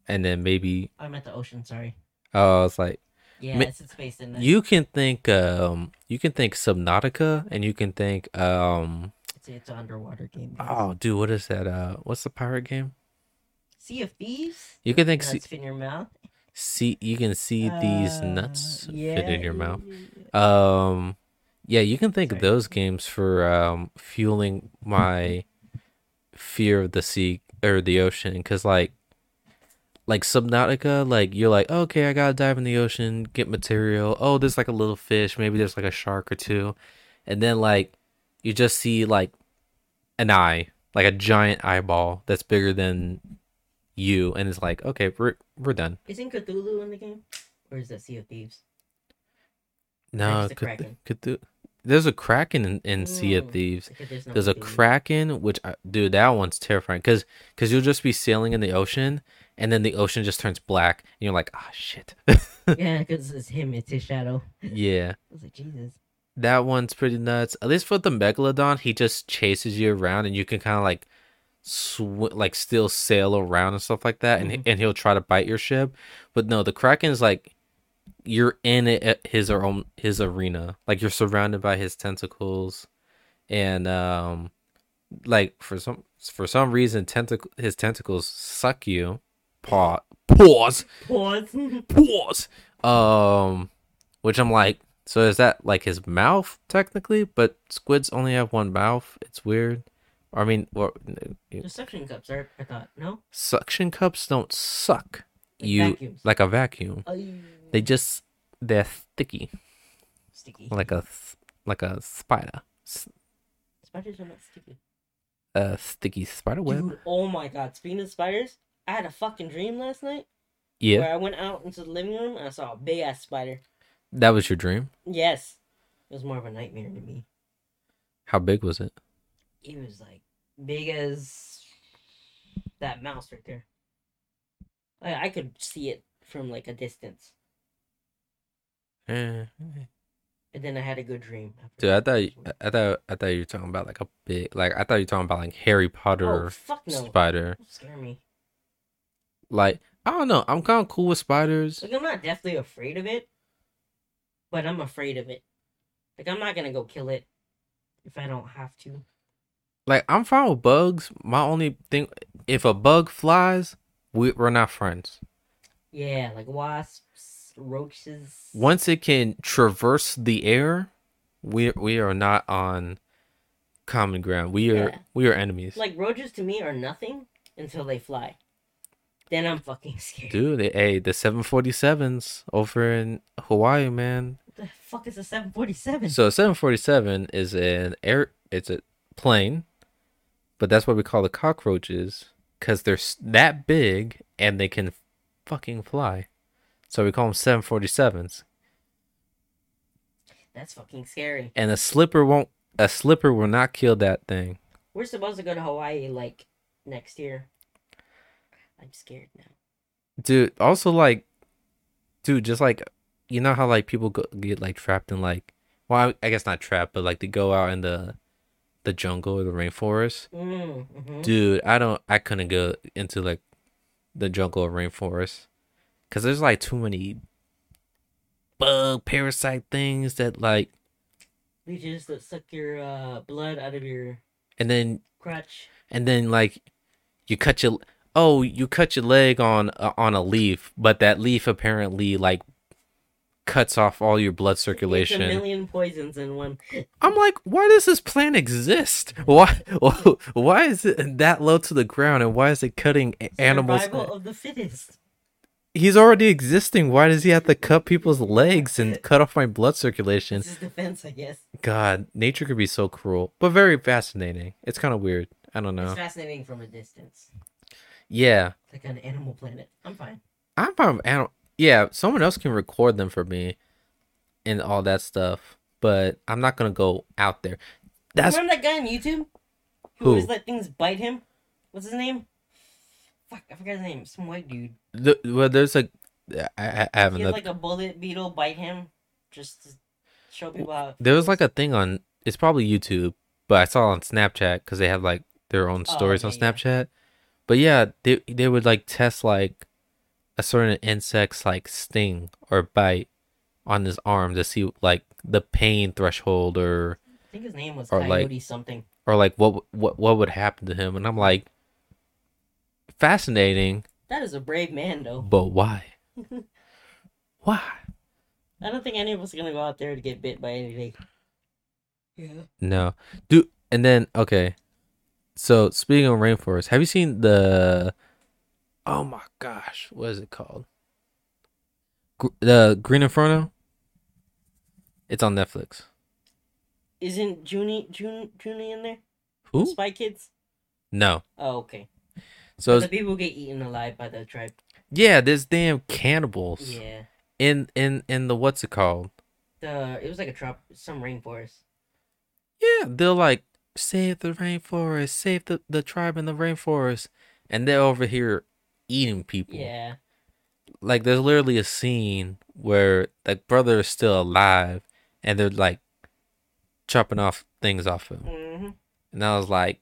Speaker 3: and then maybe
Speaker 1: I'm at the ocean. Sorry.
Speaker 3: oh, it's like
Speaker 1: Yeah,
Speaker 3: Ma-
Speaker 1: it's in space. Isn't it?
Speaker 3: you can think, um, you can think Subnautica, and you can think, um,
Speaker 1: It's, it's an underwater game. guys.
Speaker 3: oh, dude, what is that? Uh, what's the pirate game?
Speaker 1: Sea of Thieves.
Speaker 3: You can think, see,
Speaker 1: Nuts in your mouth.
Speaker 3: see, you can see these nuts
Speaker 1: Uh,
Speaker 3: fit in
Speaker 1: yeah,
Speaker 3: your mouth.
Speaker 1: yeah, yeah,
Speaker 3: Um, yeah, you can think of
Speaker 1: Sorry.
Speaker 3: those games for um fueling my fear of the sea or the ocean, because like, like Subnautica, like you're like, okay, I gotta dive in the ocean, get material. Oh, there's like a little fish, maybe there's like a shark or two, and then like you just see like an eye, like a giant eyeball that's bigger than you, and it's like, okay, we're we're done.
Speaker 1: yeah. Isn't Cthulhu in the game, or is that Sea of Thieves?
Speaker 3: No,
Speaker 1: just a
Speaker 3: Cth-
Speaker 1: Kraken?
Speaker 3: Cth- there's a kraken in, in Sea of
Speaker 1: Mm.
Speaker 3: Thieves.
Speaker 1: Because there's, no
Speaker 3: There's a
Speaker 1: Cthulhu.
Speaker 3: kraken, which I, dude, that one's terrifying. Cause, cause you'll just be sailing in the ocean, and then the ocean just turns black, and you're like, ah, shit. [LAUGHS]
Speaker 1: yeah, because it's him. It's his shadow.
Speaker 3: yeah,
Speaker 1: I was like, Jesus.
Speaker 3: that one's pretty nuts. At least for the megalodon, he just chases you around, and you can kind of like, sw- like still sail around and stuff like that, and
Speaker 1: Mhm.
Speaker 3: and he'll try to bite your ship. But no, the kraken is like, you're in it at his or own his arena, like you're surrounded by his tentacles, and um, like for some for some reason tentac- his tentacles suck you. Paw pause
Speaker 1: Pause. [LAUGHS]
Speaker 3: pause. Um, which I'm like, so is that like his mouth technically? But squids only have one mouth. It's weird. Or, I mean, or,
Speaker 1: the suction cups are, I thought, no?
Speaker 3: suction cups don't suck
Speaker 1: Like
Speaker 3: you
Speaker 1: vacuums. Oh,
Speaker 3: like a vacuum.
Speaker 1: Ay,
Speaker 3: They just they're sticky
Speaker 1: sticky.
Speaker 3: like a s- like a spider, S-
Speaker 1: Spiders are not sticky.
Speaker 3: a sticky spider web.
Speaker 1: Dude, oh my god. Speaking of spiders, I had a fucking dream last night
Speaker 3: yeah,
Speaker 1: where I went out into the living room and I saw a big ass spider.
Speaker 3: that was your dream.
Speaker 1: Yes. It was more of a nightmare to me.
Speaker 3: How big was it?
Speaker 1: It was like big as that mouse right there. I, I could see it from like a distance.
Speaker 3: Eh.
Speaker 1: And then I had a good dream. after
Speaker 3: Dude, I
Speaker 1: that.
Speaker 3: thought you, I thought I thought you were talking about like a big like I thought you were talking about like Harry Potter
Speaker 1: Oh, fuck no.
Speaker 3: spider.
Speaker 1: Don't scare me.
Speaker 3: Like I don't know. I'm kind of cool with spiders.
Speaker 1: Like, I'm not deathly afraid of it, but I'm afraid of it. Like, I'm not gonna go kill it if I don't have to.
Speaker 3: Like I'm fine with bugs. My only thing, if a bug flies, we, we're not friends.
Speaker 1: Yeah, like wasps, roaches.
Speaker 3: once it can traverse the air, we we are not on common ground. We are
Speaker 1: Yeah.
Speaker 3: we are enemies.
Speaker 1: Like, roaches to me are nothing until they fly. Then I'm fucking [LAUGHS] scared.
Speaker 3: Dude, they, hey, the 747s over in Hawaii, man.
Speaker 1: What the fuck is a 747?
Speaker 3: So a 747 is an air it's a plane, but that's what we call the cockroaches cuz they're s- that big and they can fucking fly. So we call them 747s.
Speaker 1: That's fucking scary.
Speaker 3: And a slipper won't a slipper will not kill that thing.
Speaker 1: We're supposed to go to Hawaii, like, next year. I'm scared now.
Speaker 3: dude also like dude just like you know how like people go, get like trapped in like well I, I guess not trapped but like they go out in the the jungle or the rainforest
Speaker 1: Mm, hmm
Speaker 3: dude i don't i couldn't go into like the jungle or rainforest because there's like too many bug parasite things that like
Speaker 1: Leeches that suck your uh, blood out of your
Speaker 3: and then
Speaker 1: crutch.
Speaker 3: and then like you cut your oh you cut your leg on uh, on a leaf but that leaf apparently like cuts off all your blood circulation
Speaker 1: It's a million poisons in one.
Speaker 3: i'm like why does this plant exist why [LAUGHS] why is it that low to the ground and why is it cutting a- animals
Speaker 1: Survival of the fittest.
Speaker 3: he's already existing why does he have to cut people's legs and cut off my blood circulation
Speaker 1: This is defense, I guess.
Speaker 3: god nature could be so cruel but very fascinating it's kind of weird i don't know
Speaker 1: It's fascinating from a distance.
Speaker 3: yeah
Speaker 1: It's like an animal planet. I'm fine.
Speaker 3: I'm fine with anim- yeah, someone else can record them for me and all that stuff, but I'm not gonna go out there. That's
Speaker 1: Remember that guy on YouTube? Who
Speaker 3: Who?
Speaker 1: always let things bite him? What's his name? Fuck, I forgot his name. Some white dude.
Speaker 3: the, well, there's a I, I I have
Speaker 1: He had
Speaker 3: another.
Speaker 1: like a bullet beetle bite him just to show people how.
Speaker 3: there was like a thing on it's probably YouTube, but I saw on Snapchat because they have like their own
Speaker 1: Oh,
Speaker 3: stories on
Speaker 1: yeah, yeah.
Speaker 3: Snapchat. But yeah, they they would like test like a certain insect's like sting or bite on his arm to see like the pain threshold or
Speaker 1: I think his name was
Speaker 3: Or,
Speaker 1: Coyote
Speaker 3: like-
Speaker 1: something.
Speaker 3: or like what what what would happen to him and i'm like fascinating
Speaker 1: That is a brave man, though. [LAUGHS]
Speaker 3: but why why
Speaker 1: I don't think any of us are gonna go out there to get bit by anything. Yeah.
Speaker 3: no dude and then okay so speaking of rainforest have you seen the oh my gosh what is it called Gr- the green inferno it's on netflix
Speaker 1: Isn't Junie June Junie in there?
Speaker 3: who
Speaker 1: Spy Kids.
Speaker 3: no
Speaker 1: Oh, okay.
Speaker 3: so
Speaker 1: the
Speaker 3: it's,
Speaker 1: people get eaten alive by the tribe.
Speaker 3: yeah there's damn cannibals
Speaker 1: Yeah.
Speaker 3: in in in the what's it called
Speaker 1: The it was like a trop some rainforest.
Speaker 3: Yeah, they're like, save the rainforest, save the, the tribe in the rainforest. And they're over here eating people.
Speaker 1: Yeah.
Speaker 3: Like, there's literally a scene where the brother is still alive and they're like chopping off things off him.
Speaker 1: hmm
Speaker 3: And I was like,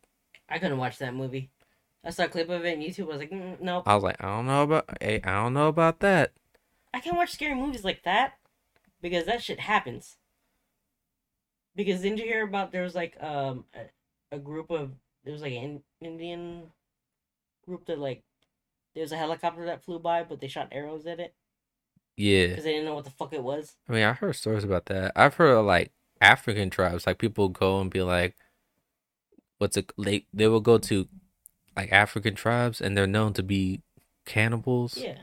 Speaker 1: I couldn't watch that movie. I saw a clip of it on YouTube. I was like, mm, nope.
Speaker 3: I was like, I don't know about, hey, I don't know about that.
Speaker 1: I can't watch scary movies like that because that shit happens. Because didn't you hear about there was like um a, a group of there was like an Indian group that like there's a helicopter that flew by, but they shot arrows at it
Speaker 3: Yeah.
Speaker 1: because they didn't know what the fuck it was.
Speaker 3: I mean, I heard stories about that. I've heard of, like African tribes, like people go and be like, "What's it?" They they will go to like African tribes, and they're known to be cannibals.
Speaker 1: Yeah,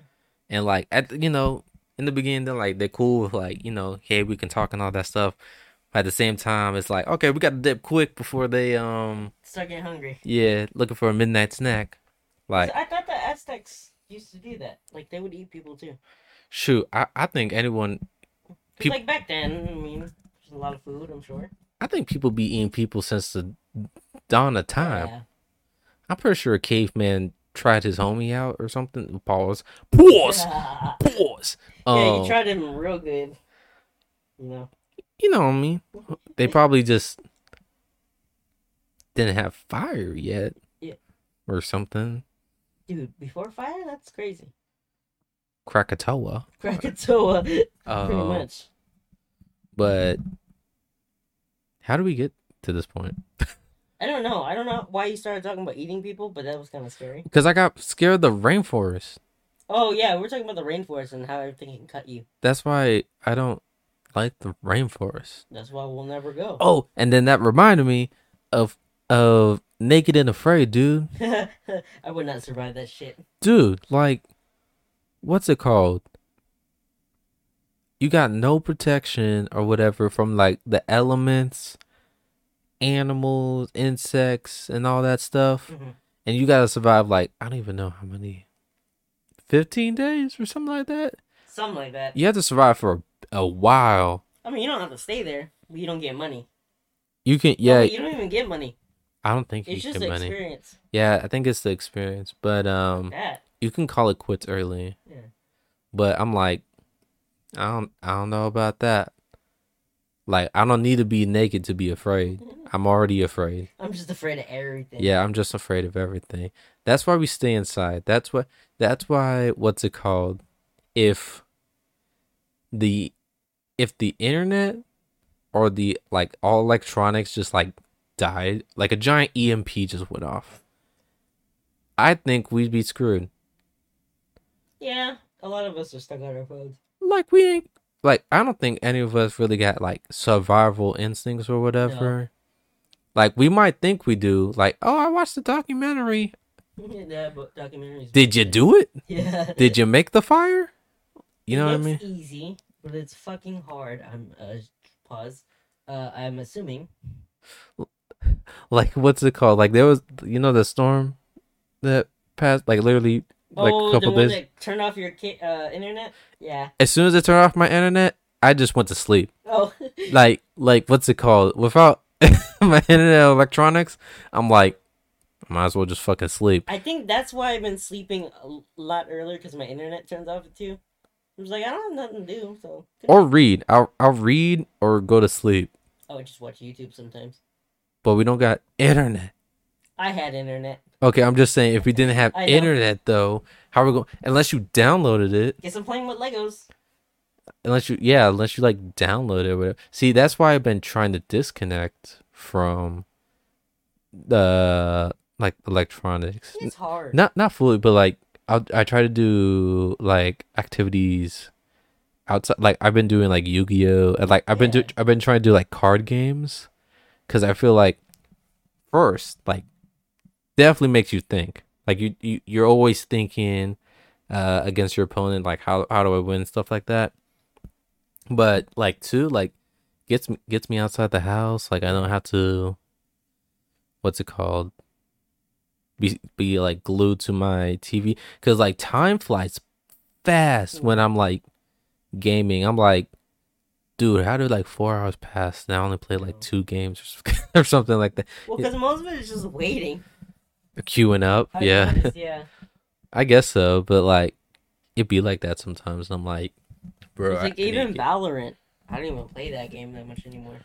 Speaker 3: And like at the- you know, in the beginning, they're like they're cool with like you know, hey, we can talk and all that stuff. At the same time, it's like okay, we got to dip quick before they um
Speaker 1: start getting hungry.
Speaker 3: yeah looking for a midnight snack. Like
Speaker 1: So I thought the Aztecs used to do that. Like they would eat people too. 'Cause,
Speaker 3: shoot, I I think anyone Peop-
Speaker 1: like back then, I mean, there's a lot of food. I'm sure.
Speaker 3: I think people be eating people since the dawn of time.
Speaker 1: Yeah.
Speaker 3: I'm pretty sure a caveman tried his homie out or something. Pause. Pause.
Speaker 1: [LAUGHS] yeah,
Speaker 3: Pause.
Speaker 1: you
Speaker 3: Um,
Speaker 1: tried them real good. You know,
Speaker 3: you know what I mean? They probably just didn't have fire yet.
Speaker 1: Yeah.
Speaker 3: Or something.
Speaker 1: dude, before fire, that's
Speaker 3: [LAUGHS]
Speaker 1: crazy.
Speaker 3: Krakatoa.
Speaker 1: Krakatoa, pretty
Speaker 3: Uh,
Speaker 1: much.
Speaker 3: But how do we get to this point?
Speaker 1: I don't know. I don't know why you started talking about eating people, but that was kind of scary.
Speaker 3: Because I got scared of the rainforest.
Speaker 1: Oh yeah, we we're talking about the rainforest and how everything can cut you.
Speaker 3: That's why I don't like the rainforest.
Speaker 1: That's why we'll never go.
Speaker 3: Oh, and then that reminded me of of Naked and Afraid, dude.
Speaker 1: [LAUGHS] I would not survive that shit.
Speaker 3: dude, like, what's it called? You got no protection or whatever from like the elements, animals, insects, and all that stuff.
Speaker 1: Mhm.
Speaker 3: And you gotta survive like, I don't even know how many 15 days or something like that.
Speaker 1: Something like that.
Speaker 3: You have to survive for a, a while.
Speaker 1: I mean, you don't have to stay there, but you don't get money.
Speaker 3: You can,
Speaker 1: Oh,
Speaker 3: yeah,
Speaker 1: you don't even get money.
Speaker 3: I don't think
Speaker 1: It's
Speaker 3: you
Speaker 1: just
Speaker 3: can
Speaker 1: the
Speaker 3: money.
Speaker 1: experience.
Speaker 3: Yeah, I think it's the experience, but um,
Speaker 1: That.
Speaker 3: you can call it quits early.
Speaker 1: Yeah.
Speaker 3: But I'm like, I don't, I don't know about that. Like, I don't need to be naked to be afraid. I'm already afraid.
Speaker 1: I'm just afraid of everything.
Speaker 3: Yeah, I'm just afraid of everything. That's why we stay inside. That's why. That's why. What's it called? If the, if the internet, or the like all electronics just like died, like a giant EMP just went off. I think we'd be screwed.
Speaker 1: Yeah. A lot of us are stuck on our phones. [LAUGHS]
Speaker 3: like we ain't like I don't think any of us really got like survival instincts or whatever. Like we might think we do. Like, oh, I watched the documentary.
Speaker 1: yeah, but documentaries.
Speaker 3: Did you do it?
Speaker 1: [LAUGHS] Yeah.
Speaker 3: Did you make the fire? You know what I
Speaker 1: It's
Speaker 3: mean?
Speaker 1: Easy, but it's fucking hard. I'm uh pause. Uh, I'm assuming.
Speaker 3: Like what's it called? Like there was you know the storm that passed like literally like
Speaker 1: oh,
Speaker 3: a couple
Speaker 1: the one
Speaker 3: days.
Speaker 1: that turned off your ki- uh, internet. Yeah.
Speaker 3: As soon as I turned off my internet, I just went to sleep.
Speaker 1: Oh. [LAUGHS]
Speaker 3: Like like what's it called? Without [LAUGHS] my internet electronics, I'm like might as well just fucking sleep.
Speaker 1: I think that's why I've been sleeping a l- lot earlier because my internet turns off at two. I was like, I don't have nothing to do, so.
Speaker 3: or read. I'll I'll read or go to sleep,
Speaker 1: I would just watch YouTube sometimes.
Speaker 3: but we don't got internet.
Speaker 1: I had internet.
Speaker 3: Okay, I'm just saying if we didn't have
Speaker 1: I know.
Speaker 3: internet though, how we going unless you downloaded it,
Speaker 1: Guess I'm playing with Legos.
Speaker 3: unless you yeah, unless you like download it or whatever. See, that's why I've been trying to disconnect from the like electronics.
Speaker 1: It's hard.
Speaker 3: Not not fully, but like I I try to do like activities outside. Like I've been doing like Yu Gi Oh. Like I've been do,
Speaker 1: Yeah.
Speaker 3: I've been trying to do like card games, because I feel like first like definitely makes you think. Like you you you're always thinking uh against your opponent. Like how how do I win stuff like that. But like two like gets me gets me outside the house. Like I don't have to. What's it called? Be be like glued to my TV because like time flies fast when I'm like gaming. I'm like, dude, how did like four hours pass and I only played like two games or something- [LAUGHS] or something like that?
Speaker 1: Well, because most of it is just waiting.
Speaker 3: Queuing up,
Speaker 1: I've
Speaker 3: yeah.
Speaker 1: noticed, yeah.
Speaker 3: [LAUGHS] I guess so, but like it'd be like that sometimes. And I'm like, bro,
Speaker 1: It's
Speaker 3: I
Speaker 1: like
Speaker 3: need
Speaker 1: even
Speaker 3: to get-"
Speaker 1: Valorant. I don't even play that game that much anymore.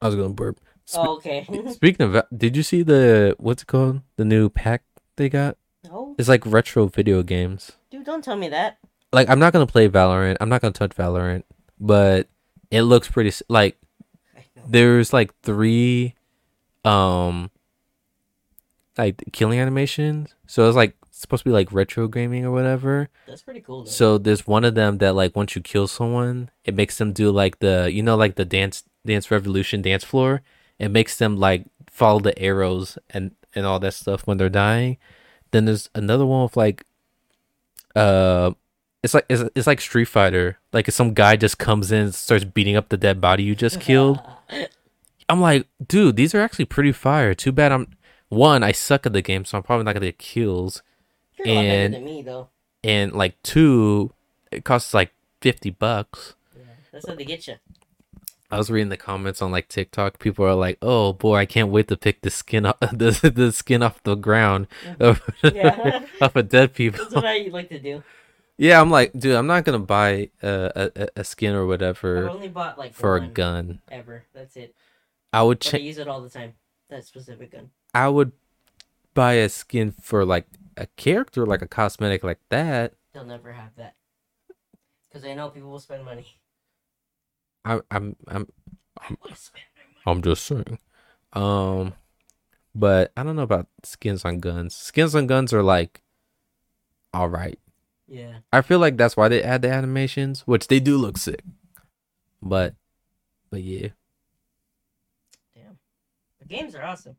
Speaker 3: I was gonna burp. Spe-
Speaker 1: Oh, okay. [LAUGHS]
Speaker 3: [LAUGHS] Speaking of, Va- did you see the what's it called? The new pack they got?
Speaker 1: no,
Speaker 3: It's like retro video games.
Speaker 1: dude, don't tell me that.
Speaker 3: Like I'm not gonna play Valorant. I'm not gonna touch Valorant, but it looks pretty. s- Like
Speaker 1: I know.
Speaker 3: there's like three um like killing animations. So it's like supposed to be like retro gaming or whatever.
Speaker 1: That's pretty cool. Though.
Speaker 3: So there's one of them that like once you kill someone, it makes them do like the you know like the dance dance revolution dance floor. It makes them like follow the arrows and and all that stuff when they're dying. Then there's another one with like uh it's like it's, it's like Street Fighter. Like if some guy just comes in and starts beating up the dead body you
Speaker 1: [LAUGHS]
Speaker 3: just killed. I'm like, dude, these are actually pretty fire. Too bad I'm one, I suck at the game, so I'm probably not gonna get kills.
Speaker 1: You're a lot better
Speaker 3: and-
Speaker 1: than me though.
Speaker 3: And like two, it costs like fifty bucks.
Speaker 1: Yeah, that's how they get
Speaker 3: [LAUGHS]
Speaker 1: you.
Speaker 3: I was reading the comments on like TikTok. People are like, "Oh boy, I can't wait to pick the skin off [LAUGHS] the, the skin off the ground of, [LAUGHS]
Speaker 1: Yeah.
Speaker 3: of a dead people."
Speaker 1: That's what I like to do.
Speaker 3: Yeah, I'm like, dude, I'm not gonna buy uh, a a, a skin or
Speaker 1: I've
Speaker 3: whatever
Speaker 1: only bought like
Speaker 3: for a
Speaker 1: one
Speaker 3: gun.
Speaker 1: ever. That's it.
Speaker 3: I would
Speaker 1: But
Speaker 3: cha-
Speaker 1: I use it all the time. That specific gun.
Speaker 3: I would buy a skin for like a character, like a cosmetic, like that.
Speaker 1: They'll never have that. Because I know people will spend money. [LAUGHS]
Speaker 3: I, I'm I'm
Speaker 1: I want to spend
Speaker 3: I'm just saying. Um, but I don't know about skins on guns. Skins on guns are like, all right.
Speaker 1: money. Yeah.
Speaker 3: I feel like that's why they add the animations, which they do look sick. But, but yeah,
Speaker 1: Damn. The games are awesome.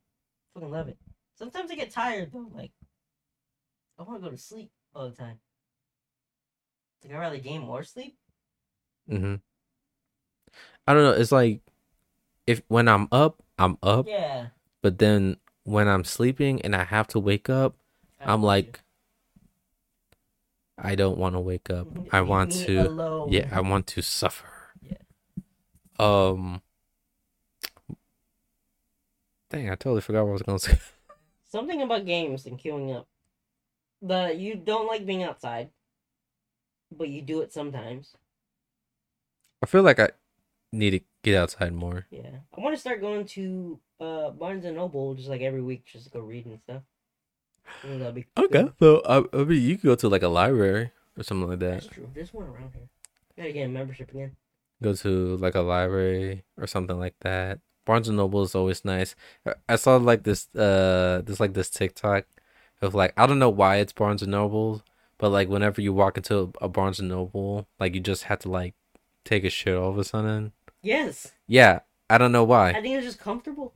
Speaker 1: Fucking love it. Sometimes I get tired though. Like, I want to go to sleep all the time. Like, I'd rather game or sleep.
Speaker 3: mm-hmm. I don't know. It's like, if when I'm up, I'm up.
Speaker 1: Yeah.
Speaker 3: But then when I'm sleeping and I have to wake up,
Speaker 1: I
Speaker 3: I'm
Speaker 1: want [LAUGHS]
Speaker 3: like, I don't want to wake up.
Speaker 1: to.
Speaker 3: I
Speaker 1: Leave
Speaker 3: want
Speaker 1: me
Speaker 3: to.
Speaker 1: alone.
Speaker 3: Yeah, I want to suffer.
Speaker 1: Yeah.
Speaker 3: Um. Dang, I totally forgot what I was gonna say. [LAUGHS]
Speaker 1: Something about games and queuing up. The you don't like being outside, but you do it sometimes.
Speaker 3: I feel like I need to get outside more.
Speaker 1: Yeah, I want to start going to uh Barnes and Noble just like every week, just to go read and stuff. I think that'd be cool.
Speaker 3: so I, I mean, you could go to like a library or something like
Speaker 1: That's
Speaker 3: that.
Speaker 1: true. There's one around here. Gotta get a membership again.
Speaker 3: Go to like a library or something like that. Barnes and Noble is always nice. I- I saw like this uh this like this TikTok of like I don't know why it's Barnes and Noble, but like whenever you walk into a Barnes and Noble, like you just have to like take a shit all of a sudden.
Speaker 1: Yes,
Speaker 3: Yeah, I don't know
Speaker 1: I
Speaker 3: why.
Speaker 1: think it's just comfortable.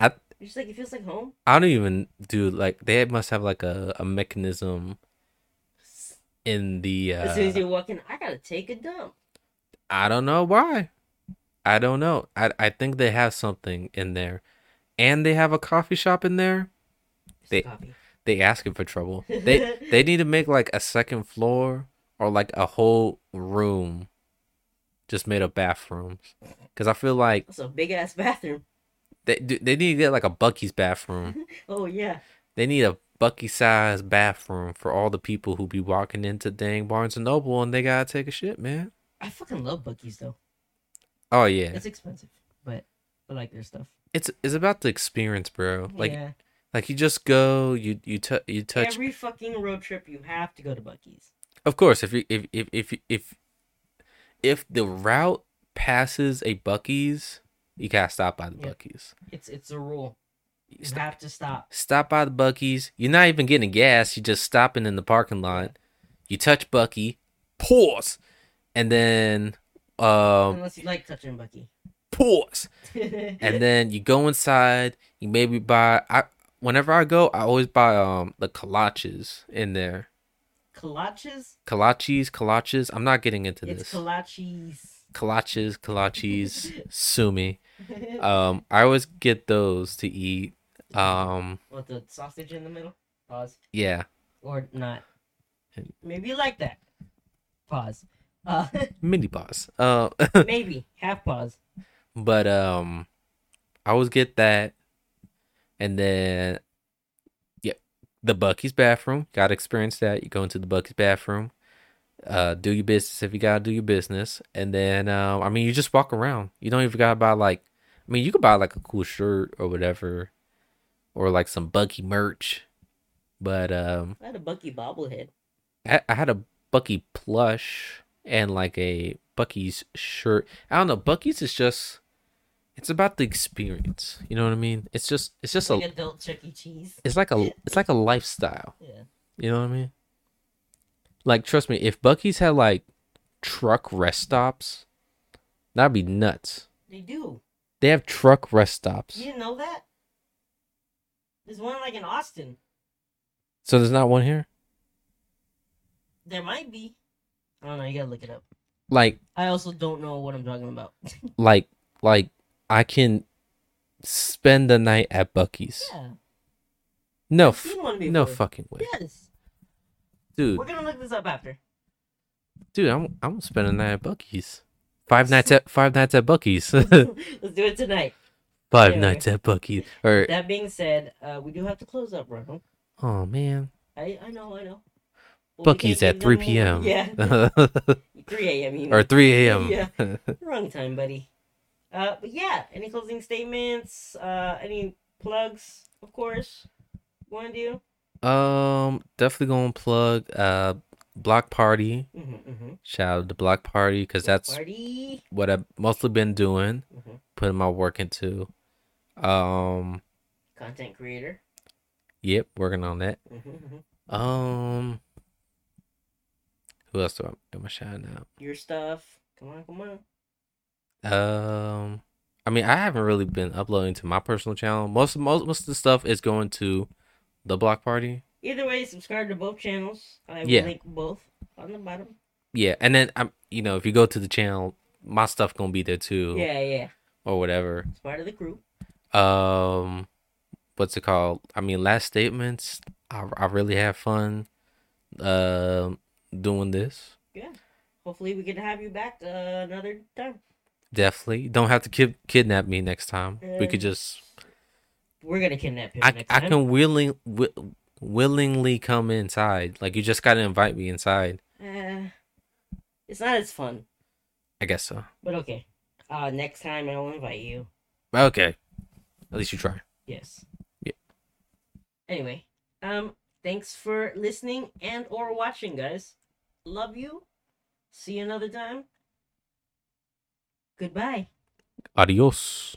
Speaker 3: I-
Speaker 1: It's just like it feels like home.
Speaker 3: I don't even do like they must have like a, a mechanism in the
Speaker 1: as soon as
Speaker 3: uh,
Speaker 1: you walk in, I gotta take a dump.
Speaker 3: I don't know why. I don't know. I I think they have something in there. And they have a coffee shop in there.
Speaker 1: It's
Speaker 3: They-
Speaker 1: coffee.
Speaker 3: They asking for trouble. They
Speaker 1: [LAUGHS]
Speaker 3: they need to make like a second floor or like a whole room just made of bathrooms. Cause I feel like
Speaker 1: That's a big ass bathroom.
Speaker 3: they they need to get like a Bucky's bathroom.
Speaker 1: Oh yeah,
Speaker 3: They need a bucky sized bathroom for all the people who be walking into dang Barnes and Noble and they gotta take a shit, man.
Speaker 1: I fucking love Bucky's though.
Speaker 3: Oh yeah.
Speaker 1: It's expensive, but I like their stuff.
Speaker 3: It's it's about the experience, bro. Like
Speaker 1: yeah.
Speaker 3: like you just go, you you t- you touch
Speaker 1: every fucking road trip, you have to go to Bucky's.
Speaker 3: Of course, if you if if if if if the route passes a Bucky's, you gotta stop by the
Speaker 1: Yeah.
Speaker 3: Bucky's.
Speaker 1: It's it's a rule. You
Speaker 3: Stop.
Speaker 1: have to stop.
Speaker 3: Stop by the Bucky's. You're not even getting gas, you're just stopping in the parking lot. You touch Bucky, pause, and then um
Speaker 1: Unless you like touching Bucky.
Speaker 3: pause.
Speaker 1: and
Speaker 3: [LAUGHS] And then you go inside, you maybe buy I whenever I go, I always buy um the kolaches in there.
Speaker 1: [LAUGHS] kolaches.
Speaker 3: Kolaches, kolaches. I'm not getting into
Speaker 1: It's
Speaker 3: this.
Speaker 1: kolaches. [LAUGHS]
Speaker 3: Kolaches, kolaches, sumi. Um I always get those to eat. Um
Speaker 1: With the sausage in the middle. Pause.
Speaker 3: yeah.
Speaker 1: Or not.
Speaker 3: And-
Speaker 1: Maybe you like that. Pause.
Speaker 3: [LAUGHS]
Speaker 1: Uh, [LAUGHS]
Speaker 3: Mini boss. Uh
Speaker 1: maybe half pause.
Speaker 3: but um I always get that. And then yeah, the Bucky's bathroom. Gotta experience that. You go into the Bucky's bathroom. uh do your business if you gotta do your business and then um i mean you just walk around you don't even gotta buy like i mean you could buy like a cool shirt or whatever or like some bucky merch but um
Speaker 1: I had a Bucky bobblehead.
Speaker 3: i, I had a bucky plush and like a bucky's shirt i don't know bucky's is just it's about the experience. You know what I mean? It's just it's just
Speaker 1: like
Speaker 3: a
Speaker 1: adult Chuck E. Cheese.
Speaker 3: it's like a it's like a lifestyle.
Speaker 1: Yeah.
Speaker 3: You know what I mean? Like trust me, if Bucky's had like truck rest stops, that'd be nuts.
Speaker 1: They do.
Speaker 3: They have truck rest stops.
Speaker 1: You didn't know that? There's one like in Austin.
Speaker 3: So there's not one here?
Speaker 1: There might be. I don't know. You gotta look it up.
Speaker 3: Like
Speaker 1: I also don't know what I'm talking about. [LAUGHS]
Speaker 3: like like I can spend the night at Bucky's.
Speaker 1: yeah.
Speaker 3: No
Speaker 1: I've
Speaker 3: f-
Speaker 1: seen one
Speaker 3: no
Speaker 1: before.
Speaker 3: fucking way.
Speaker 1: Yes.
Speaker 3: Dude,
Speaker 1: We're gonna look this up
Speaker 3: [LAUGHS]
Speaker 1: after. [LAUGHS]
Speaker 3: dude, I'm I'm spending the night at Bucky's. Five nights at five nights at Bucky's.
Speaker 1: Let's do it tonight.
Speaker 3: [LAUGHS] Five
Speaker 1: Yeah.
Speaker 3: nights at Bucky's. Or
Speaker 1: That being said, uh, we do have to close up, Ronald.
Speaker 3: oh man.
Speaker 1: I, I know, I know. We'll be
Speaker 3: Bucky's
Speaker 1: back
Speaker 3: at
Speaker 1: in
Speaker 3: 3
Speaker 1: the
Speaker 3: p.m.
Speaker 1: morning. [LAUGHS]
Speaker 3: [LAUGHS]
Speaker 1: Yeah, 3 a.m. even.
Speaker 3: or 3 a.m.
Speaker 1: Yeah. Wrong time, buddy. Uh, but yeah, any closing statements? Uh, any plugs? Of course. Want to do?
Speaker 3: [LAUGHS] um, definitely going to plug uh Block Party.
Speaker 1: Mm-hmm, mm-hmm.
Speaker 3: Shout out to Block Party cuz that's
Speaker 1: Party.
Speaker 3: what I've mostly been doing,
Speaker 1: Mhm.
Speaker 3: putting my work into. Um,
Speaker 1: Content creator.
Speaker 3: yep, working on that.
Speaker 1: Mm-hmm,
Speaker 3: Um, who else do I am I shouting out?
Speaker 1: Your stuff. Come on, come on.
Speaker 3: Um, I mean, I haven't really been uploading to my personal channel. Most most most of the stuff is going to the block party.
Speaker 1: Either way, subscribe to both channels. I will
Speaker 3: Yeah.
Speaker 1: link both on the bottom.
Speaker 3: Yeah, and then I'm you know if you go to the channel, my stuff gonna be there too
Speaker 1: Yeah, yeah.
Speaker 3: or whatever.
Speaker 1: It's part of the crew.
Speaker 3: Um, what's it called? I mean, last statements. I I really have fun, um, doing this.
Speaker 1: Hopefully, we can have you back uh, another time.
Speaker 3: Definitely don't have to kid- kidnap me next time. We could
Speaker 1: Yeah.
Speaker 3: just
Speaker 1: Uh, We're gonna kidnap him
Speaker 3: I,
Speaker 1: next
Speaker 3: I
Speaker 1: time.
Speaker 3: can willing wi- willingly come inside. Like you just gotta invite me inside.
Speaker 1: Uh, it's not as fun,
Speaker 3: I guess so.
Speaker 1: but okay. Uh, next time I will invite you.
Speaker 3: Okay. At least you try.
Speaker 1: Yes.
Speaker 3: Yeah.
Speaker 1: Anyway, um, thanks for listening and or watching, guys. Love you. See you another time. Goodbye.
Speaker 3: Adios.